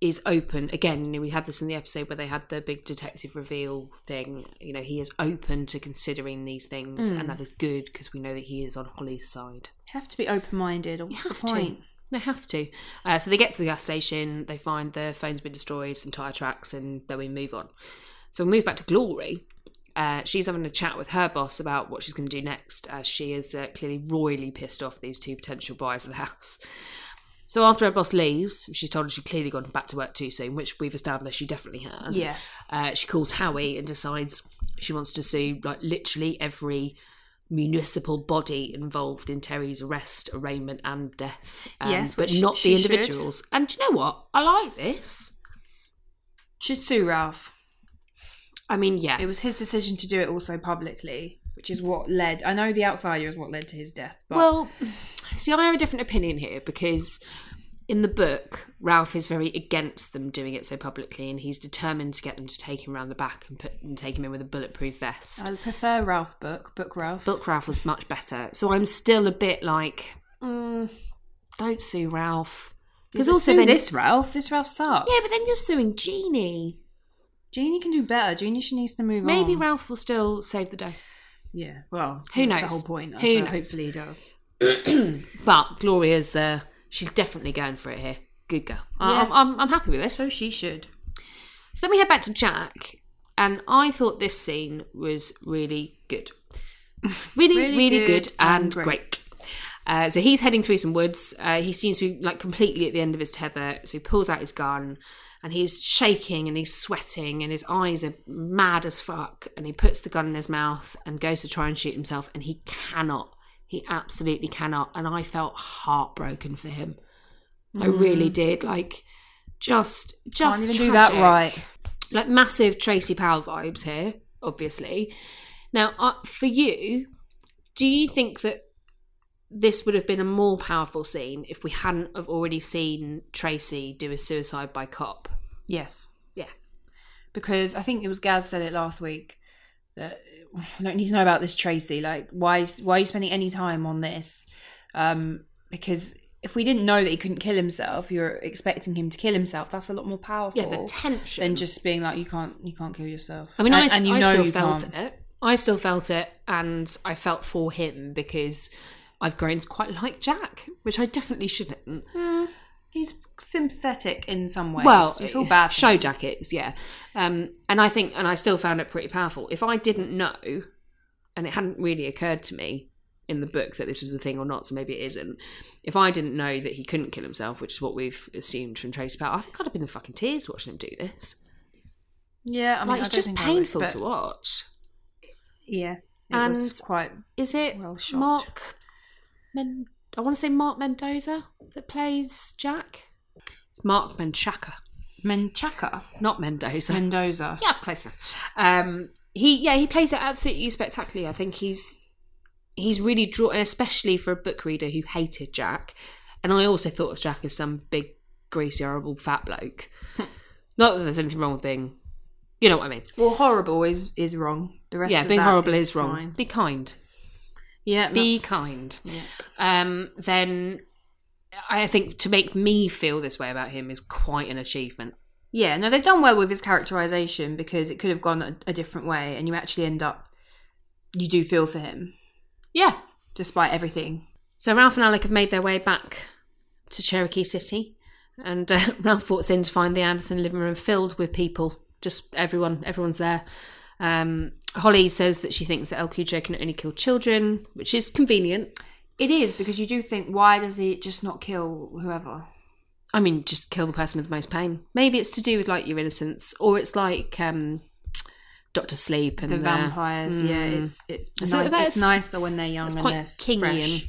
is open again, you know, we had this in the episode where they had the big detective reveal thing. You know, he is open to considering these things, and that is good because we know that he is on Holly's side.
have to be open minded. What's the
have to.
point?
They have to. Uh, so they get to the gas station, they find their phone's been destroyed, some tyre tracks, and then we move on. So we move back to Glory. Uh, she's having a chat with her boss about what she's going to do next, as she is uh, clearly royally pissed off these two potential buyers of the house. So after her boss leaves, she's told her she'd clearly gone back to work too soon, which we've established she definitely has.
Yeah.
Uh, she calls Howie and decides she wants to sue like literally every municipal body involved in Terry's arrest, arraignment, and death. Um,
Yes,
but
which
not
she
the
should.
individuals. And do you know what? I like this.
Should sue Ralph.
I mean, yeah,
It was his decision to do it also publicly, which is what led. I know the outsider is what led to his death. But
Well, see, I have a different opinion here because in the book, Ralph is very against them doing it so publicly, and he's determined to get them to take him round the back and put and take him in with a bulletproof vest.
I prefer Ralph book, book Ralph.
Book Ralph was much better, so I'm still a bit like, mm, don't sue Ralph, because
But
also
sue
then
this Ralph, this Ralph sucks.
yeah, but then you're suing Jeannie.
Jeannie can do better. Jeannie, she needs to move on.
Maybe Ralph will still save the day.
Yeah. Well,
Who
that's
knows?
The whole point.
Who
so
knows?
Hopefully he does.
But Gloria's, uh, she's definitely going for it here. Good girl. I-
Yeah.
I'm, I'm, I'm happy with this.
So she should.
So then we head back to Jack, and I thought this scene was really good. Really, really,
Really
good,
good
and,
and
great.
great.
Uh, so he's heading through some woods. Uh, he seems to be like completely at the end of his tether. So he pulls out his gun and he's shaking and he's sweating and his eyes are mad as fuck. And he puts the gun in his mouth and goes to try and shoot himself. And he cannot. He absolutely cannot. And I felt heartbroken for him. I really did. Like, just,
Hmm. Can't
just
even do that
tragic
right.
like massive Tracy Powell vibes here, obviously. Now, uh, for you, do you think that this would have been a more powerful scene if we hadn't have already seen Tracy do a suicide by cop?
Yes.
Yeah.
Because I think it was Gaz said it last week that I don't need to know about this Tracy. Like, why is why are you spending any time on this? Um, because if we didn't know that he couldn't kill himself, you're expecting him to kill himself. That's a lot more powerful.
Yeah, the tension.
than just being like you can't you can't kill yourself.
I mean, I,
And- and you
I
know
still
you
felt
can't.
it. I still felt it, and I felt for him because I've grown to quite like Jack, which I definitely shouldn't.
He's sympathetic in some ways.
Well,
you feel bad. for
Show
him.
jackets, yeah. Um, and I think, and I still found it pretty powerful. If I didn't know, and it hadn't really occurred to me in the book that this was a thing or not, so maybe it isn't. If I didn't know that he couldn't kill himself, which is what we've assumed from Tracy Powell, I think I'd have been in fucking tears watching him do this.
Yeah, I mean,
like
I
it's
don't
just
think I would,
painful
but-
to watch.
Yeah, it
And-
was quite
Is it
Well shot.
Mark? Men- I want to say Mark Mendoza that plays Jack. It's Mark Menchaca,
Menchaca
not Mendoza.
Mendoza.
Yeah, close enough. Um, he yeah he plays it absolutely spectacularly. I think he's he's really drawn, especially for a book reader who hated Jack. And I also thought of Jack as some big greasy horrible fat bloke.
Hmm.
Not that there's anything wrong with being, you know what I mean.
Well, horrible is is wrong. The rest
yeah,
of
being
that
horrible is, wrong.
fine.
Be kind.
Yeah,
Be
that's-
kind. Um, then I think to make me feel this way about him is quite an achievement.
Yeah, no, they've done well with his characterization because it could have gone a, a different way, and you actually end up you do feel for him
Yeah,
despite everything.
So Ralph and Alec have made their way back to Cherokee City, and uh, Ralph walks in to find the Anderson living room filled with people. Just everyone, everyone's there. Um, Holly says that she thinks that LQJ can only kill children, which is convenient.
It is because you do think, why does he just not kill whoever?
I mean, just kill the person with the most pain. Maybe it's to do with like your innocence, or it's like um, Doctor Sleep and Hmm.
The
uh,
vampires, yeah, it's it's,
So
nice,
that's-
it's nicer when they're young
it's
and
quite
they're
Kingian.
fresh.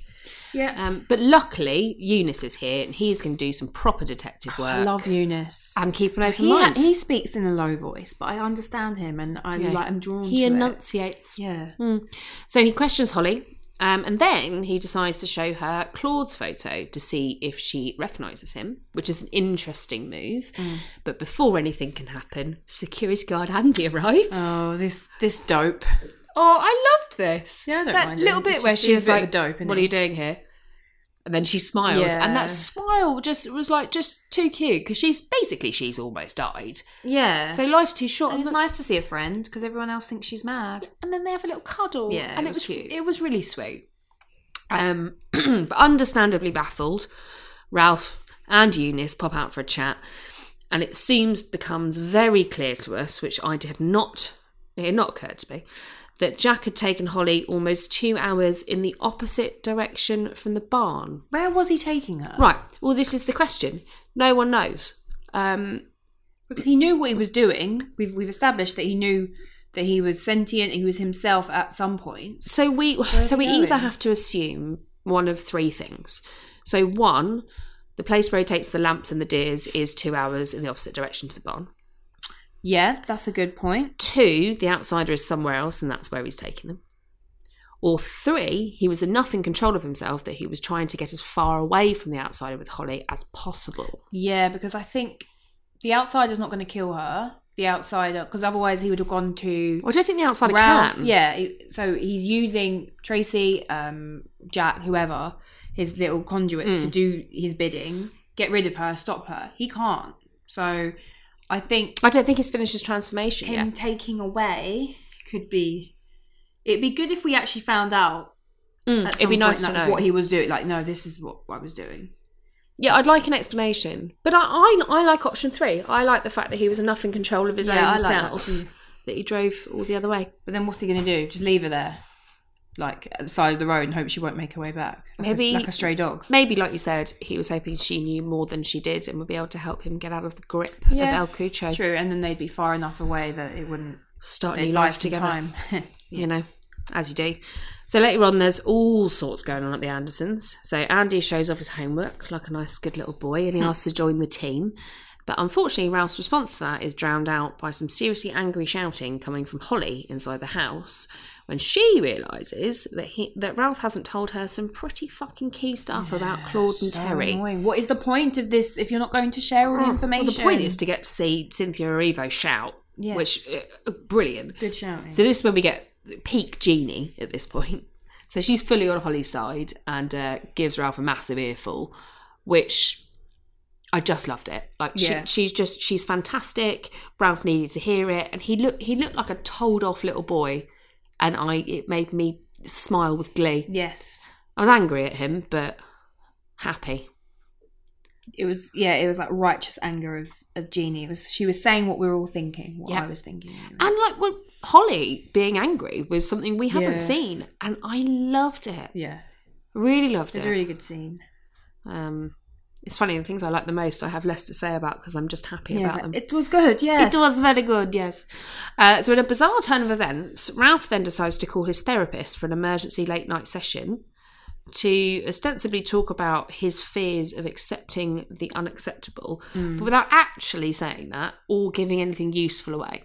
Yeah,
Um, but luckily, Eunice is here, and he's going to do some proper detective work.
I love Eunice.
and keep an open
He,
mind.
he speaks in a low voice, but I understand him and I
Yeah.
like I'm drawn
he Hmm.
to it.
enunciates.
Yeah.
So he questions Holly, um, and then he decides to show her Claude's photo to see if she recognises him, which is an interesting move.
Mm.
But before anything can happen, security guard Andy arrives. Oh,
Oh, this this dope.
I loved this.
Yeah, I don't
that
mind
little
him.
bit
It's
where
just-
she
he's
was
a bit of
like,
a dope, isn't
"What are
he?"
you doing here?" And then she smiles, and
Yeah.
that smile just was like just too cute because she's basically she's almost died.
Yeah.
So life's too short.
and it's
look-
nice to see a friend because everyone else thinks she's mad.
and then they have a little cuddle.
Yeah,
and
it was cute.
it was really sweet. Um, but understandably baffled, Ralph and Eunice pop out for a chat, and it seems becomes very clear to us, which I did not it had not occurred to me, that Jack had taken Holly almost two hours in the opposite direction from the barn.
Where was he taking her?
Right. Well, this is the question. No one knows. Um,
Because he knew what he was doing. We've we've established that he knew that he was sentient. He was himself at some point.
So we so we
it
either
going?
have to assume one of three things. So one, the place where he takes the lamps and the deers is two hours in the opposite direction to the barn.
Yeah, that's a good point.
Two, the outsider is somewhere else and that's where he's taking them. Or three, he was enough in control of himself that he was trying to get as far away from the outsider with Holly as possible.
Yeah, because I think the outsider's not going to kill her. The outsider, because otherwise he would have gone to
Well, I don't think the outsider
Ralph.
can.
Yeah, he- so he's using Tracy, um, Jack, whoever, his little conduits
Mm.
to do his bidding, get rid of her, stop her. He can't. So I think
I don't think he's finished his transformation
him
yet.
taking away could be. It'd be good if we actually found out.
Mm,
at
it'd be
some
nice
point,
to
like,
know.
what he was doing. Like, no, this is what I was doing.
yeah, I'd like an explanation. But I, I, I like option three. I like the fact that he was enough in control of his
Yeah, I
own
like that
self
too.
that he drove all the other way.
But then what's he going to do? Just leave her there, like at the side of the road, and hope she won't make her way back. Like a-
Maybe-
like a stray dog.
Maybe, like you said, he was hoping she knew more than she did and would be able to help him get out of the grip of
Yeah,
El Cucho.
True, and then they'd be far enough away that it wouldn't.
Start a
They'd
new
buy
life
some
together.
time.
you know, as you do. So later on, there's all sorts going on at the Andersons. So Andy shows off his homework like a nice, good little boy, and he
Hmm.
asks to join the team. But unfortunately, Ralph's response to that is drowned out by some seriously angry shouting coming from Holly inside the house when she realizes that he that Ralph hasn't told her some pretty fucking key stuff about Claude and
So
Terry.
annoying. What is the point of this if you're not going to share all the
Oh,
information?
Well, the point is to get to see Cynthia Erivo shout, which
Yes.
uh, brilliant.
good shouting.
So this is when we get peak Jeannie at this point. So she's fully on Holly's side and uh, gives Ralph a massive earful, which I just loved it. Like
Yeah.
she, she's just she's fantastic. Ralph needed to hear it, and he looked he looked like a told off little boy, and I it made me smile with glee.
yes,
I was angry at him, but happy.
it was. Yeah, it was like righteous anger of of Jeannie. It was she was saying what we were all thinking, what
Yeah.
I was thinking.
And like well, Holly being angry was something we haven't
Yeah.
seen, and I loved it.
yeah,
Really loved
it was
it.
a really good scene.
Um, it's funny the things I like the most I have less to say about because I'm just happy
Yeah, it's
about
like,
them.
it was good. Yes,
It was very good, yes. Uh, so, in a bizarre turn of events, Ralph then decides to call his therapist for an emergency late night session to ostensibly talk about his fears of accepting the unacceptable,
Mm.
but without actually saying that or giving anything useful away.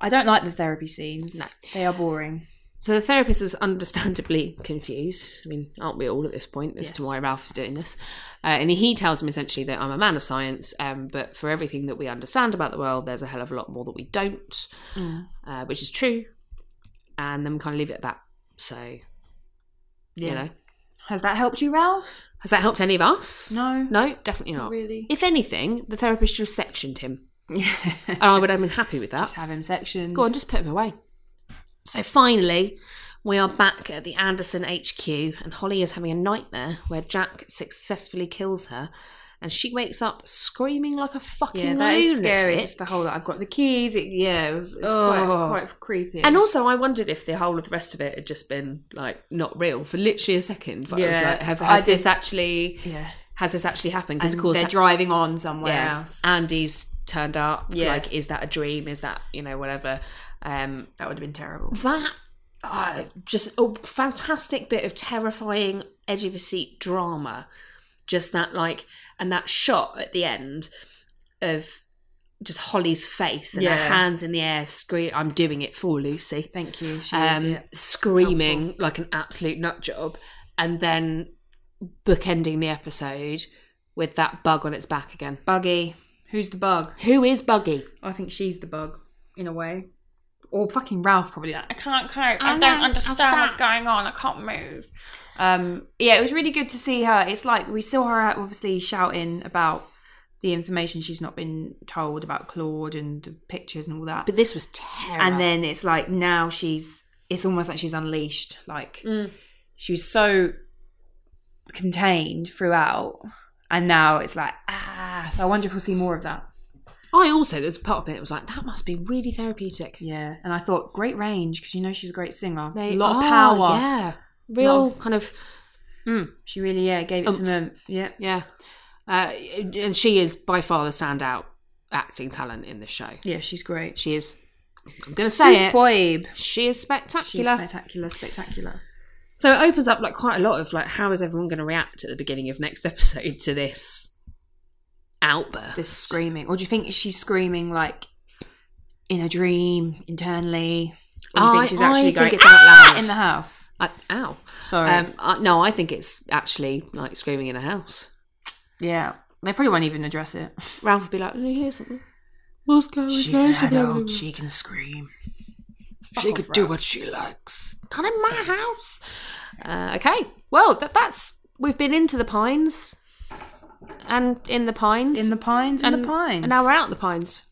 I don't like the therapy scenes.
No.
they are boring.
So the therapist is understandably confused. I mean, aren't we all at this point as to
Yes.
why Ralph is doing this? Uh, and he tells him essentially that I'm a man of science, um, but for everything that we understand about the world, there's a hell of a lot more that we don't,
Mm.
uh, which is true. And then we kind of leave it at that. So, you know,
Has that helped you, Ralph?
has that helped any of us?
No.
No, definitely not.
really.
If anything, the therapist should have sectioned him. and I would have been happy with that.
Just have him sectioned.
Go on, just put him away. So finally, we are back at the Anderson HQ, and Holly is having a nightmare where Jack successfully kills her, and she wakes up screaming like a fucking
Yeah, that is
lunatic.
scary. Just the whole that I've got the keys. It, yeah, it was it's
Oh.
quite, quite creepy.
And also, I wondered if the whole of the rest of it had just been like not real for literally a second. But I was
Yeah,
like, have,
I
has this
did-
actually
yeah,
has this actually happened? Because
and
of course,
they're
ha-
driving on somewhere
yeah,
else.
Andy's turned up.
Yeah.
like is that a dream? Is that you know whatever? Um,
that would have been terrible.
that uh, just a fantastic bit of terrifying edge of a seat drama just that like and that shot at the end of just holly's face and her
Yeah.
hands in the air scream i'm doing it for lucy
Thank you. She was,
um
yeah.
screaming like an absolute nut job and then bookending the episode with that bug on its back again
Buggy. Who's the bug?
who is buggy
I think she's the bug in a way. Or fucking Ralph probably. Like, I can't cope.
I
I,
know,
don't
I'll
understand what's
stop."
going on. I can't move. Um, yeah, it was really good to see her. It's like we saw her obviously shouting about the information she's not been told about Claude and the pictures and all that.
but this was terrible
and then it's like now she's it's almost like she's unleashed like
Mm.
she was so contained throughout and now it's like ah so i wonder if we'll see more of that
i also there's a part of it that was like that must be really therapeutic
yeah and i thought great range because you know she's a great singer
They
a lot of
are,
power
Yeah. Real
Love.
kind of
she really yeah gave it some
Oomph.
oomph yeah
yeah. Uh, and she is by far the standout acting talent in this show.
yeah she's great
She is I'm gonna say it.
Superb.
She is
she's
spectacular.
spectacular spectacular
so it opens up like quite a lot of like how is everyone gonna react at the beginning of next episode to this outburst.
this screaming or do you think she's screaming like in a dream internally Or you
I-
think she's
I
actually
think
going
it's out
"Ah!"
loud.
in the house?
I, ow.
Sorry.
Um, I, no, I think it's actually like screaming in a house.
yeah, they probably won't even address it.
Ralph would be like, "Did you hear something? What's going
She's
on?
an adult. She can scream.
She could do what she likes. Not in my house. Uh, okay. Well, that, that's we've been into the pines, and in the pines,
In the pines. In
and
the pines.
and now we're out of the pines.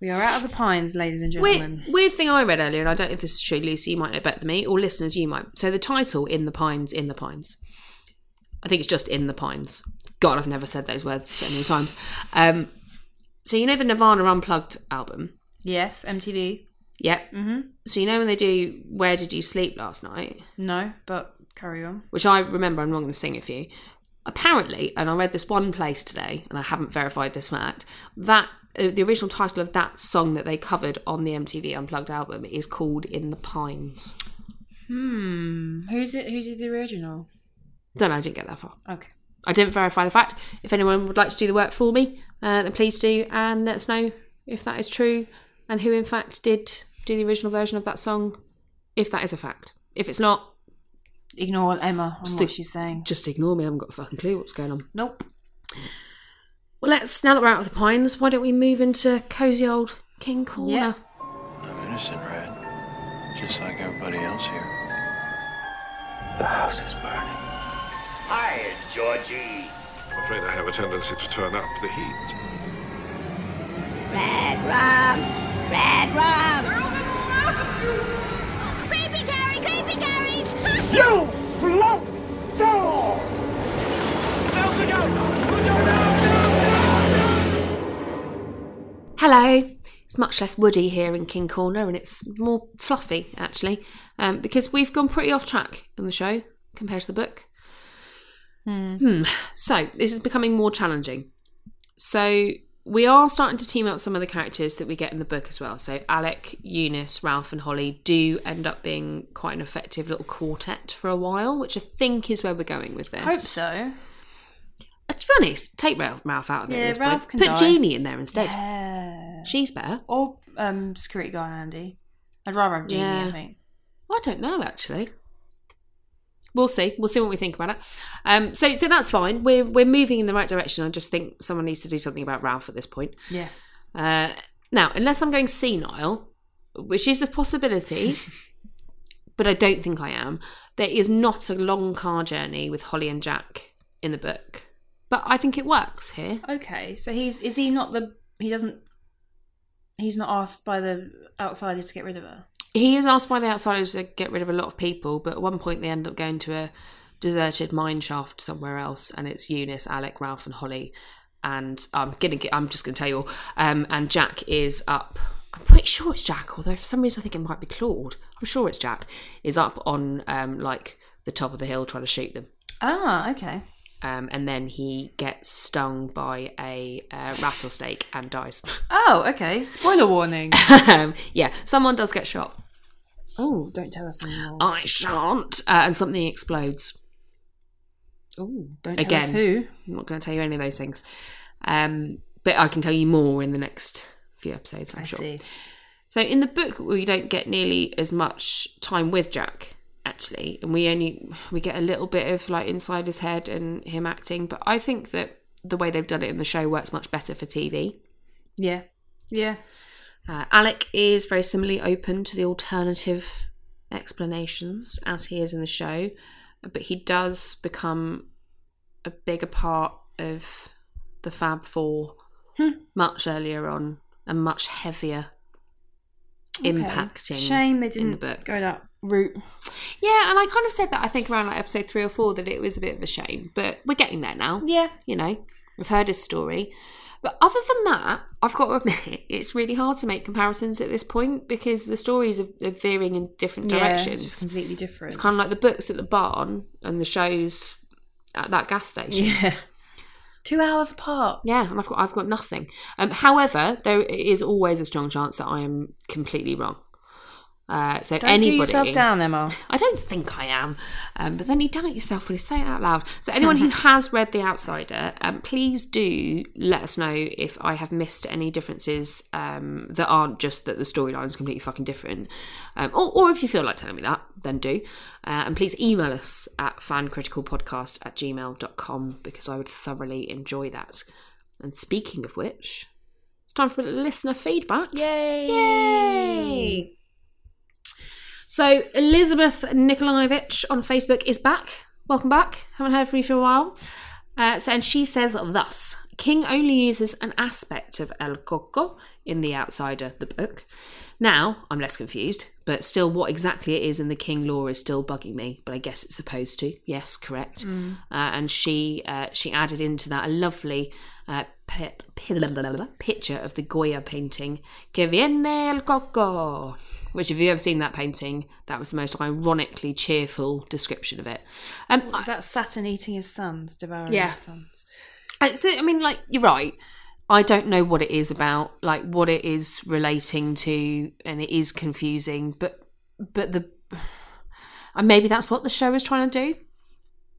We are out of the pines, ladies and gentlemen.
Weird, weird thing I read earlier, and I don't know if this is true, Lucy, you might know better than me, or listeners, you might. So the title, In the Pines, In the Pines. I think it's just In the Pines. God, I've never said those words so many times. Um, so you know the Nirvana Unplugged album?
yes, MTV.
Yep. Mm-hmm. So you know when they do Where Did You Sleep Last Night?
No, but carry on.
which I remember, I'm not going to sing it for you. Apparently, and I read this one place today, and I haven't verified this fact, that uh, the original title of that song that they covered on the MTV Unplugged album is called In the Pines.
Hmm. Who's it? Who's the original?
Don't know, I didn't get that far.
Okay.
I didn't verify the fact. If anyone would like to do the work for me, uh, then please do, and let us know if that is true and who, in fact, did do the original version of that song, if that is a fact. If it's not,
Ignore Emma on
Stick-
what she's saying.
just ignore me. I haven't got a fucking clue what's going on.
Nope.
Well, let's now that we're out of the pines, why don't we move into cozy old King Corner?
Yeah.
I'm innocent, Red. Just like everybody else here. The house is burning.
Hi, Georgie.
I'm afraid I have a tendency to turn up the heat.
Red rum! Red rum! Creepy Carrie! Creepy Carrie!
You float soul!
Hello. It's much less woody here in King Corner, and it's more fluffy actually, um, because we've gone pretty off track in the show compared to the book. Hmm. So this is becoming more challenging. So we are starting to team up some of the characters that we get in the book as well. So Alec, Eunice, Ralph, and Holly do end up being quite an effective little quartet for a while, which I think is where we're going with this.
Hope so.
Uh, to be honest, take Ralph, Ralph out of it.
Yeah,
at this
Ralph
point.
can
Put
die.
Jeannie in there instead.
Yeah.
She's better.
Or um, security guy Andy. I'd rather have Jeannie,
Yeah.
I think.
I don't know actually. We'll see. We'll see what we think about it. Um, so, so that's fine. We're we're moving in the right direction. I just think someone needs to do something about Ralph at this point.
Yeah.
Uh, now, unless I'm going senile, which is a possibility, but I don't think I am. There is not a long car journey with Holly and Jack in the book, but I think it works here.
Okay, so he's is he not the he doesn't he's not asked by the outsider to get rid of her.
He is asked by the outsiders to get rid of a lot of people, but at one point they end up going to a deserted mine shaft somewhere else, and it's Eunice, Alec, Ralph, and Holly. And I'm gonna get, I'm just gonna tell you all. Um, and Jack is up. I'm pretty sure it's Jack, although for some reason I think it might be Claude. I'm sure it's Jack. Is up on um, like the top of the hill trying to shoot them.
Ah, okay.
Um, and then he gets stung by a uh, rattlesnake and dies.
Oh, okay. Spoiler warning.
um, yeah, someone does get shot.
oh, don't tell us anymore.
I shan't. Uh, and something explodes.
Oh, don't tell
Again.
us who.
I'm not going to tell you any of those things. Um, but I can tell you more in the next few episodes, I'm
I
sure.
see.
So in the book, we don't get nearly as much time with Jack actually, and we only we get a little bit of like inside his head and him acting. But I think that the way they've done it in the show works much better for TV.
Yeah. Yeah.
Uh, Alec is very similarly open to the alternative explanations as he is in the show, but he does become a bigger part of the Fab Four
Hmm.
much earlier on and much heavier. Impacting.
Okay. Shame they didn't
in the book.
go that route.
Yeah, and I kind of said that I think around like episode three or four that it was a bit of a shame, but we're getting there now
Yeah.
you know, we've heard his story. But other than that, I've got to admit, it's really hard to make comparisons at this point because the stories are, are veering in different
Yeah, it's
directions.
just completely different.
it's kind of like the books at the barn and the shows at that gas station. Yeah,
yeah. Two hours apart.
and I've got I've got nothing. Um, however, there is always a strong chance that I am completely wrong. Uh, so
Don't do
anybody,
yourself down, Emma.
I don't think I am, um, but then you doubt yourself when you say it out loud. So anyone who has read The Outsider, um, please do let us know if I have missed any differences um, that aren't just that the storyline is completely fucking different, um, or, or if you feel like telling me that, then do. Uh, and please email us at fancriticalpodcast at gmail.com because I would thoroughly enjoy that. And speaking of which, it's time for listener feedback.
Yay!
Yay! So Elizabeth Nikolaevich on Facebook is back. Welcome back. Haven't heard from you for a while. Uh, so, and she says thus: King only uses an aspect of El Coco in The Outsider, the book. Now I'm less confused, but still, what exactly it is in the King lore is still bugging me. But I guess it's supposed to. Yes, correct.
Mm.
Uh, and she uh, she added into that a lovely uh, pi- pi- la- la- la- la- picture of the Goya painting Que viene el coco, which if you've ever seen that painting, that was the most ironically cheerful description of it. Um,
Is that Saturn eating his sons, devouring
Yeah.
his sons?
I- so I mean, like you're right. I don't know what it is about, like what it is relating to, and it is confusing. But but the and maybe that's what the show is trying to do,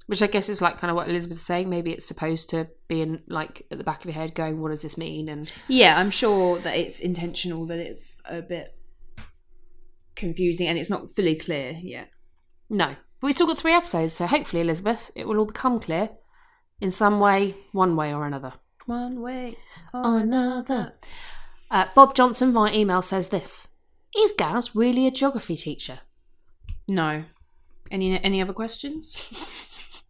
which I guess is like kind of what Elizabeth's saying. Maybe it's supposed to be in like at the back of your head, going, "What does this mean?" And
Yeah, I'm sure that it's intentional, that it's a bit confusing and it's not fully clear yet.
no, but we still got three episodes, so hopefully, Elizabeth, it will all become clear in some way, one way or another.
One way
or another. Uh, Bob Johnson via email says this: Is Gaz really a geography teacher?
No. Any any other questions?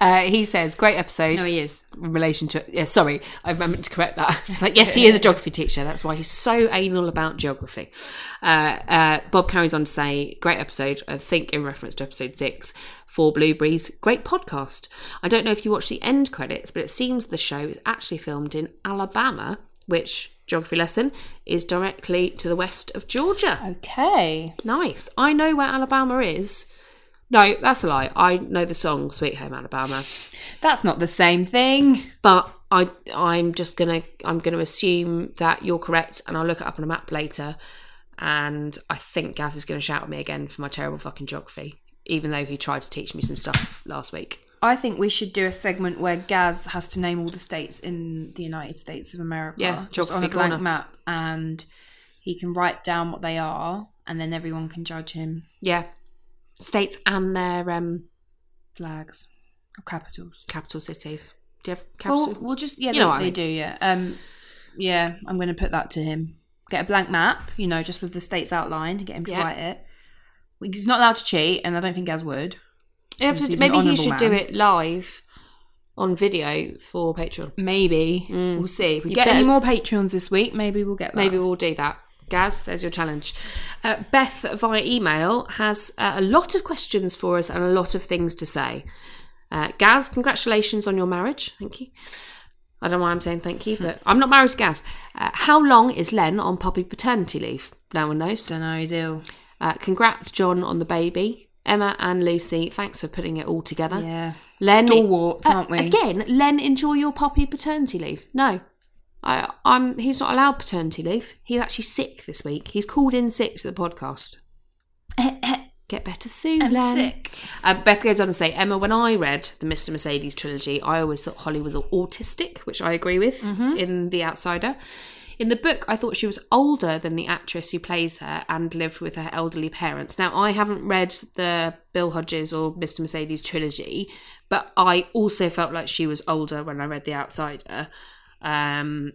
Uh, he says, "Great episode."
No, he is.
In relation to yeah, sorry, I meant to correct that. It's like yes, he is a geography teacher. That's why he's so anal about geography. Uh, uh, Bob carries on to say, "Great episode." I think in reference to episode six, Four Blueberries. Great podcast. I don't know if you watched the end credits, but it seems the show is actually filmed in Alabama, which geography lesson is directly to the west of Georgia.
Okay.
Nice. I know where Alabama is. No, that's a lie. I know the song "Sweet Home Alabama."
That's not the same thing.
but I I'm just gonna I'm gonna assume that you're correct, and I'll look it up on a map later. And I think Gaz is gonna shout at me again for my terrible fucking geography, even though he tried to teach me some stuff last week.
I think we should do a segment where Gaz has to name all the states in the United States of America.
Yeah,
just on
geography
a blank
corner.
map, and he can write down what they are, and then everyone can judge him.
Yeah, states and their um
Flags or capitals.
capital cities. Do you have capital?
Well, we'll just yeah,
You
they,
know what I
they
mean.
do yeah. Um, yeah, I'm going to put that to him. Get a blank map, you know, just with the states outlined, and get him to
Yeah.
write it. He's not allowed to cheat, and I don't think Gaz would.
Yeah,
Obviously, he's an
maybe he
honourable
should do
man.
it live on video for Patreon.
Maybe we'll see if we
You
get any
better-
more Patreons this week. Mm. Maybe we'll get that.
Maybe we'll do that. Gaz, there's your challenge. Uh, Beth via email has uh, a lot of questions for us and a lot of things to say. Uh, Gaz, congratulations on your marriage. Thank you. I don't know why I'm saying thank you, but I'm not married to Gaz. Uh, how long is Len on puppy paternity leave? No one knows.
don't know. He's ill.
Uh, congrats, John, on the baby. Emma and Lucy, thanks for putting it all together.
Yeah.
Len,
Stalwarts,
Uh,
aren't we?
Again, Len, enjoy your puppy paternity leave. No, I, I'm. He's not allowed paternity leave. He's actually sick this week. He's called in sick to the podcast. Get better soon,
I'm
Len.
sick.
Uh, Beth goes on to say, Emma, when I read the Mr. Mercedes trilogy, I always thought Holly was autistic, which I agree with
Mm-hmm.
in The Outsider. In the book, I thought she was older than the actress who plays her and lived with her elderly parents. Now, I haven't read the Bill Hodges or Mr. Mercedes trilogy, but I also felt like she was older when I read The Outsider. Um,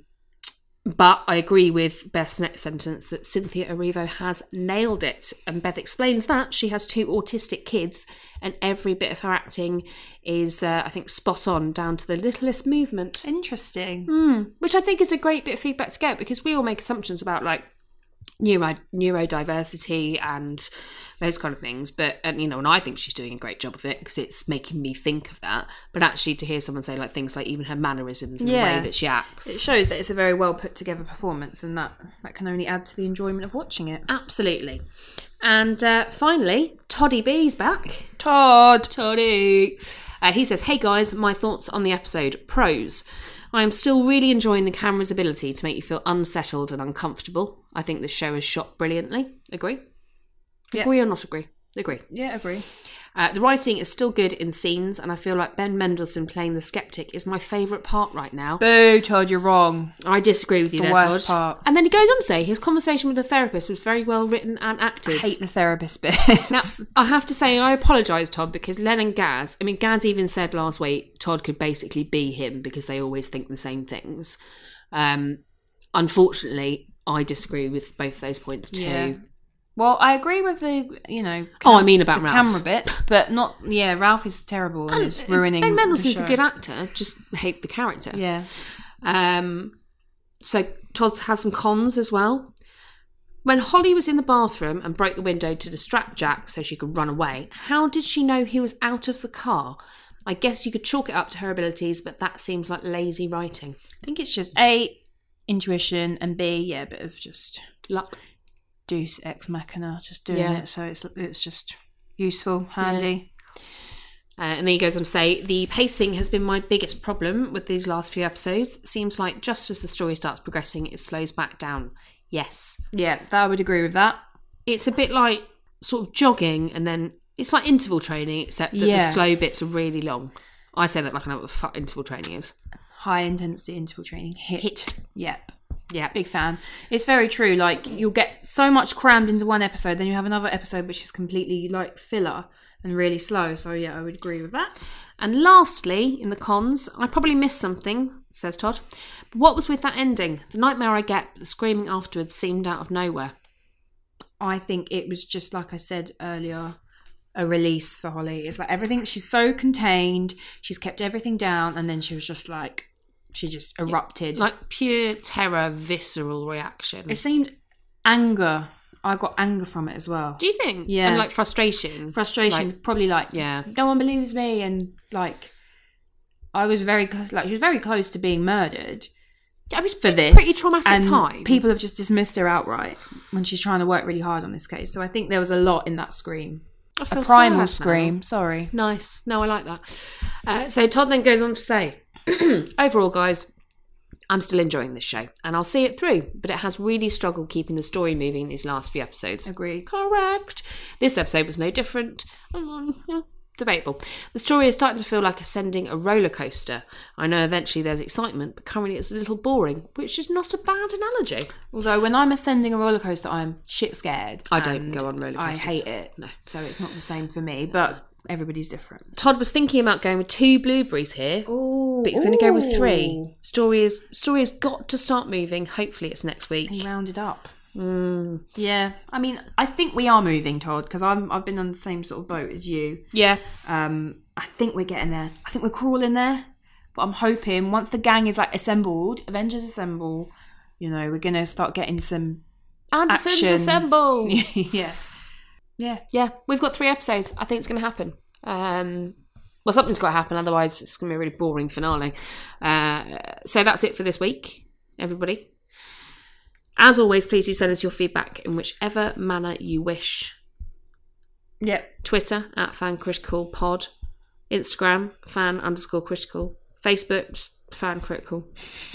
but I agree with Beth's next sentence that Cynthia Erivo has nailed it. And Beth explains that she has two autistic kids, and every bit of her acting is, uh, I think, spot on down to the littlest movement.
Interesting.
Mm, which I think is a great bit of feedback to get because we all make assumptions about like neuro neurodiversity and those kind of things. But and you know, and I think she's doing a great job of it because it's making me think of that. But actually, to hear someone say like things like even her mannerisms and the
Yeah.
way that she acts,
It shows that it's a very well put together performance, and that that can only add to the enjoyment of watching it.
Absolutely. And uh, finally, Toddy B's back.
Todd.
Toddy. Uh, he says, Hey guys, my thoughts on the episode. Pros. I am still really enjoying the camera's ability to make you feel unsettled and uncomfortable. I think the show is shot brilliantly. Agree? Agree or not agree? Agree.
Yeah, agree.
Uh, the writing is still good in scenes, and I feel like Ben Mendelsohn playing the skeptic is my favourite part right now.
Boo, Todd, you're wrong.
I disagree with you
the
there,
worst
Todd.
part.
And then he goes on to say his conversation with the therapist was very well written and acted.
hate the therapist bit.
Now, I have to say, I apologise, Todd, because Len and Gaz, I mean, Gaz even said last week Todd could basically be him because they always think the same things. Um, unfortunately, I disagree with both those points too.
Yeah. Well, I agree with the you know.
Oh, I mean about
the
Ralph. uh,
camera bit, but not yeah. Ralph is terrible and, it's ruining.
Ben
the
Mendelsohn's a
show.
good actor, just hate the character.
Yeah.
Um, so Todd has some cons as well. When Holly was in the bathroom and broke the window to distract Jack so she could run away, how did she know he was out of the car? I guess you could chalk it up to her abilities, but that seems like lazy writing.
I think it's just a intuition and b yeah, a bit of just
luck.
Deuce ex machina, just doing
Yeah.
it. So it's it's just useful, handy.
Uh, and then he goes on to say, the pacing has been my biggest problem with these last few episodes. Seems like just as the story starts progressing, it slows back down. Yes.
Yeah, that I would agree with that.
It's a bit like sort of jogging and then it's like interval training, except that the
Yeah.
slow bits are really long. I say that like I know what the fuck interval training is.
High intensity interval training. Hit.
Hit.
Yep.
Yeah.
Big fan. It's very true. Like you'll get so much crammed into one episode, then you have another episode which is completely like filler and really slow. So yeah, I would agree with that.
And lastly, in the cons, I probably missed something, says Todd. But what was with that ending? The nightmare I get, but the screaming afterwards seemed out of nowhere.
I think it was just like I said earlier, a release for Holly. It's like everything she's so contained, she's kept everything down, and then she was just like she just erupted.
Like pure terror, visceral reaction.
it seemed anger. I got anger from it as well.
Do you think?
Yeah.
And like frustration.
Frustration,
Like,
probably like
yeah.
no one believes me, and like I was very cl- like she was very close to being murdered.
I was
for
pretty-
this
Pretty traumatic
and
time.
People have just dismissed her outright when she's trying to work really hard on this case. So I think there was a lot in that scream.
I
A
feel
primal
sad now.
scream. Sorry.
Nice. No, I like that. Uh, so Todd then goes on to say, overall, guys, I'm still enjoying this show and I'll see it through, but it has really struggled keeping the story moving these last few episodes.
Agreed.
Correct. This episode was no different. Mm, Debatable. The story is starting to feel like ascending a roller coaster. I know eventually there's excitement, but currently it's a little boring, which is not a bad analogy.
Although when I'm ascending a roller coaster, I'm shit scared.
I don't
and
go on roller coasters.
I hate it.
No.
So it's not the same for me, but everybody's different.
Todd was thinking about going with two blueberries here, but he's going to go with three. Story is story has got to start moving. Hopefully, it's next week. Mm.
He rounded up. Yeah. I mean, I think we are moving, Todd, because I'm I've been on the same sort of boat as you.
Yeah,
Um, I think we're getting there. I think we're crawling there. But I'm hoping once the gang is like assembled, Avengers assemble, you know, we're gonna start getting some
Anderson's
Action.
assemble.
Yeah. Yeah.
yeah, we've got three episodes. I think it's going to happen. Um, well, something's got to happen, otherwise it's going to be a really boring finale. Uh, so that's it for this week, everybody. As always, please do send us your feedback in whichever manner you wish.
Yep.
Twitter at fan critical pod, Instagram fan underscore critical, Facebook just fan critical,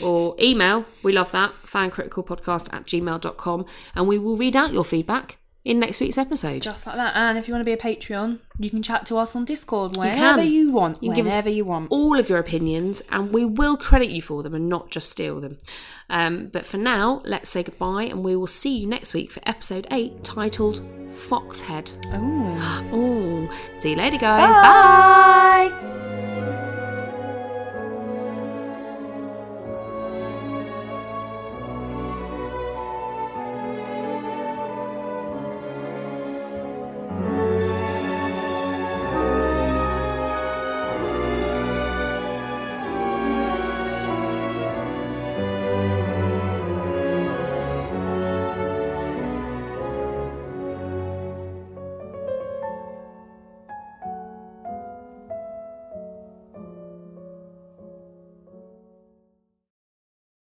or email we love that fan critical podcast at gmail.com, and we will read out your feedback in next week's episode.
Just like that. And if you want to be a Patreon, you can chat to us on Discord
You can.
whenever you, want,
You can give us
whenever you want.
all of your opinions, and we will credit you for them and not just steal them. Um, but for now, let's say goodbye, and we will see you next week for episode eight, titled Foxhead.
Ooh.
Oh, see you later, guys. Bye.
Bye.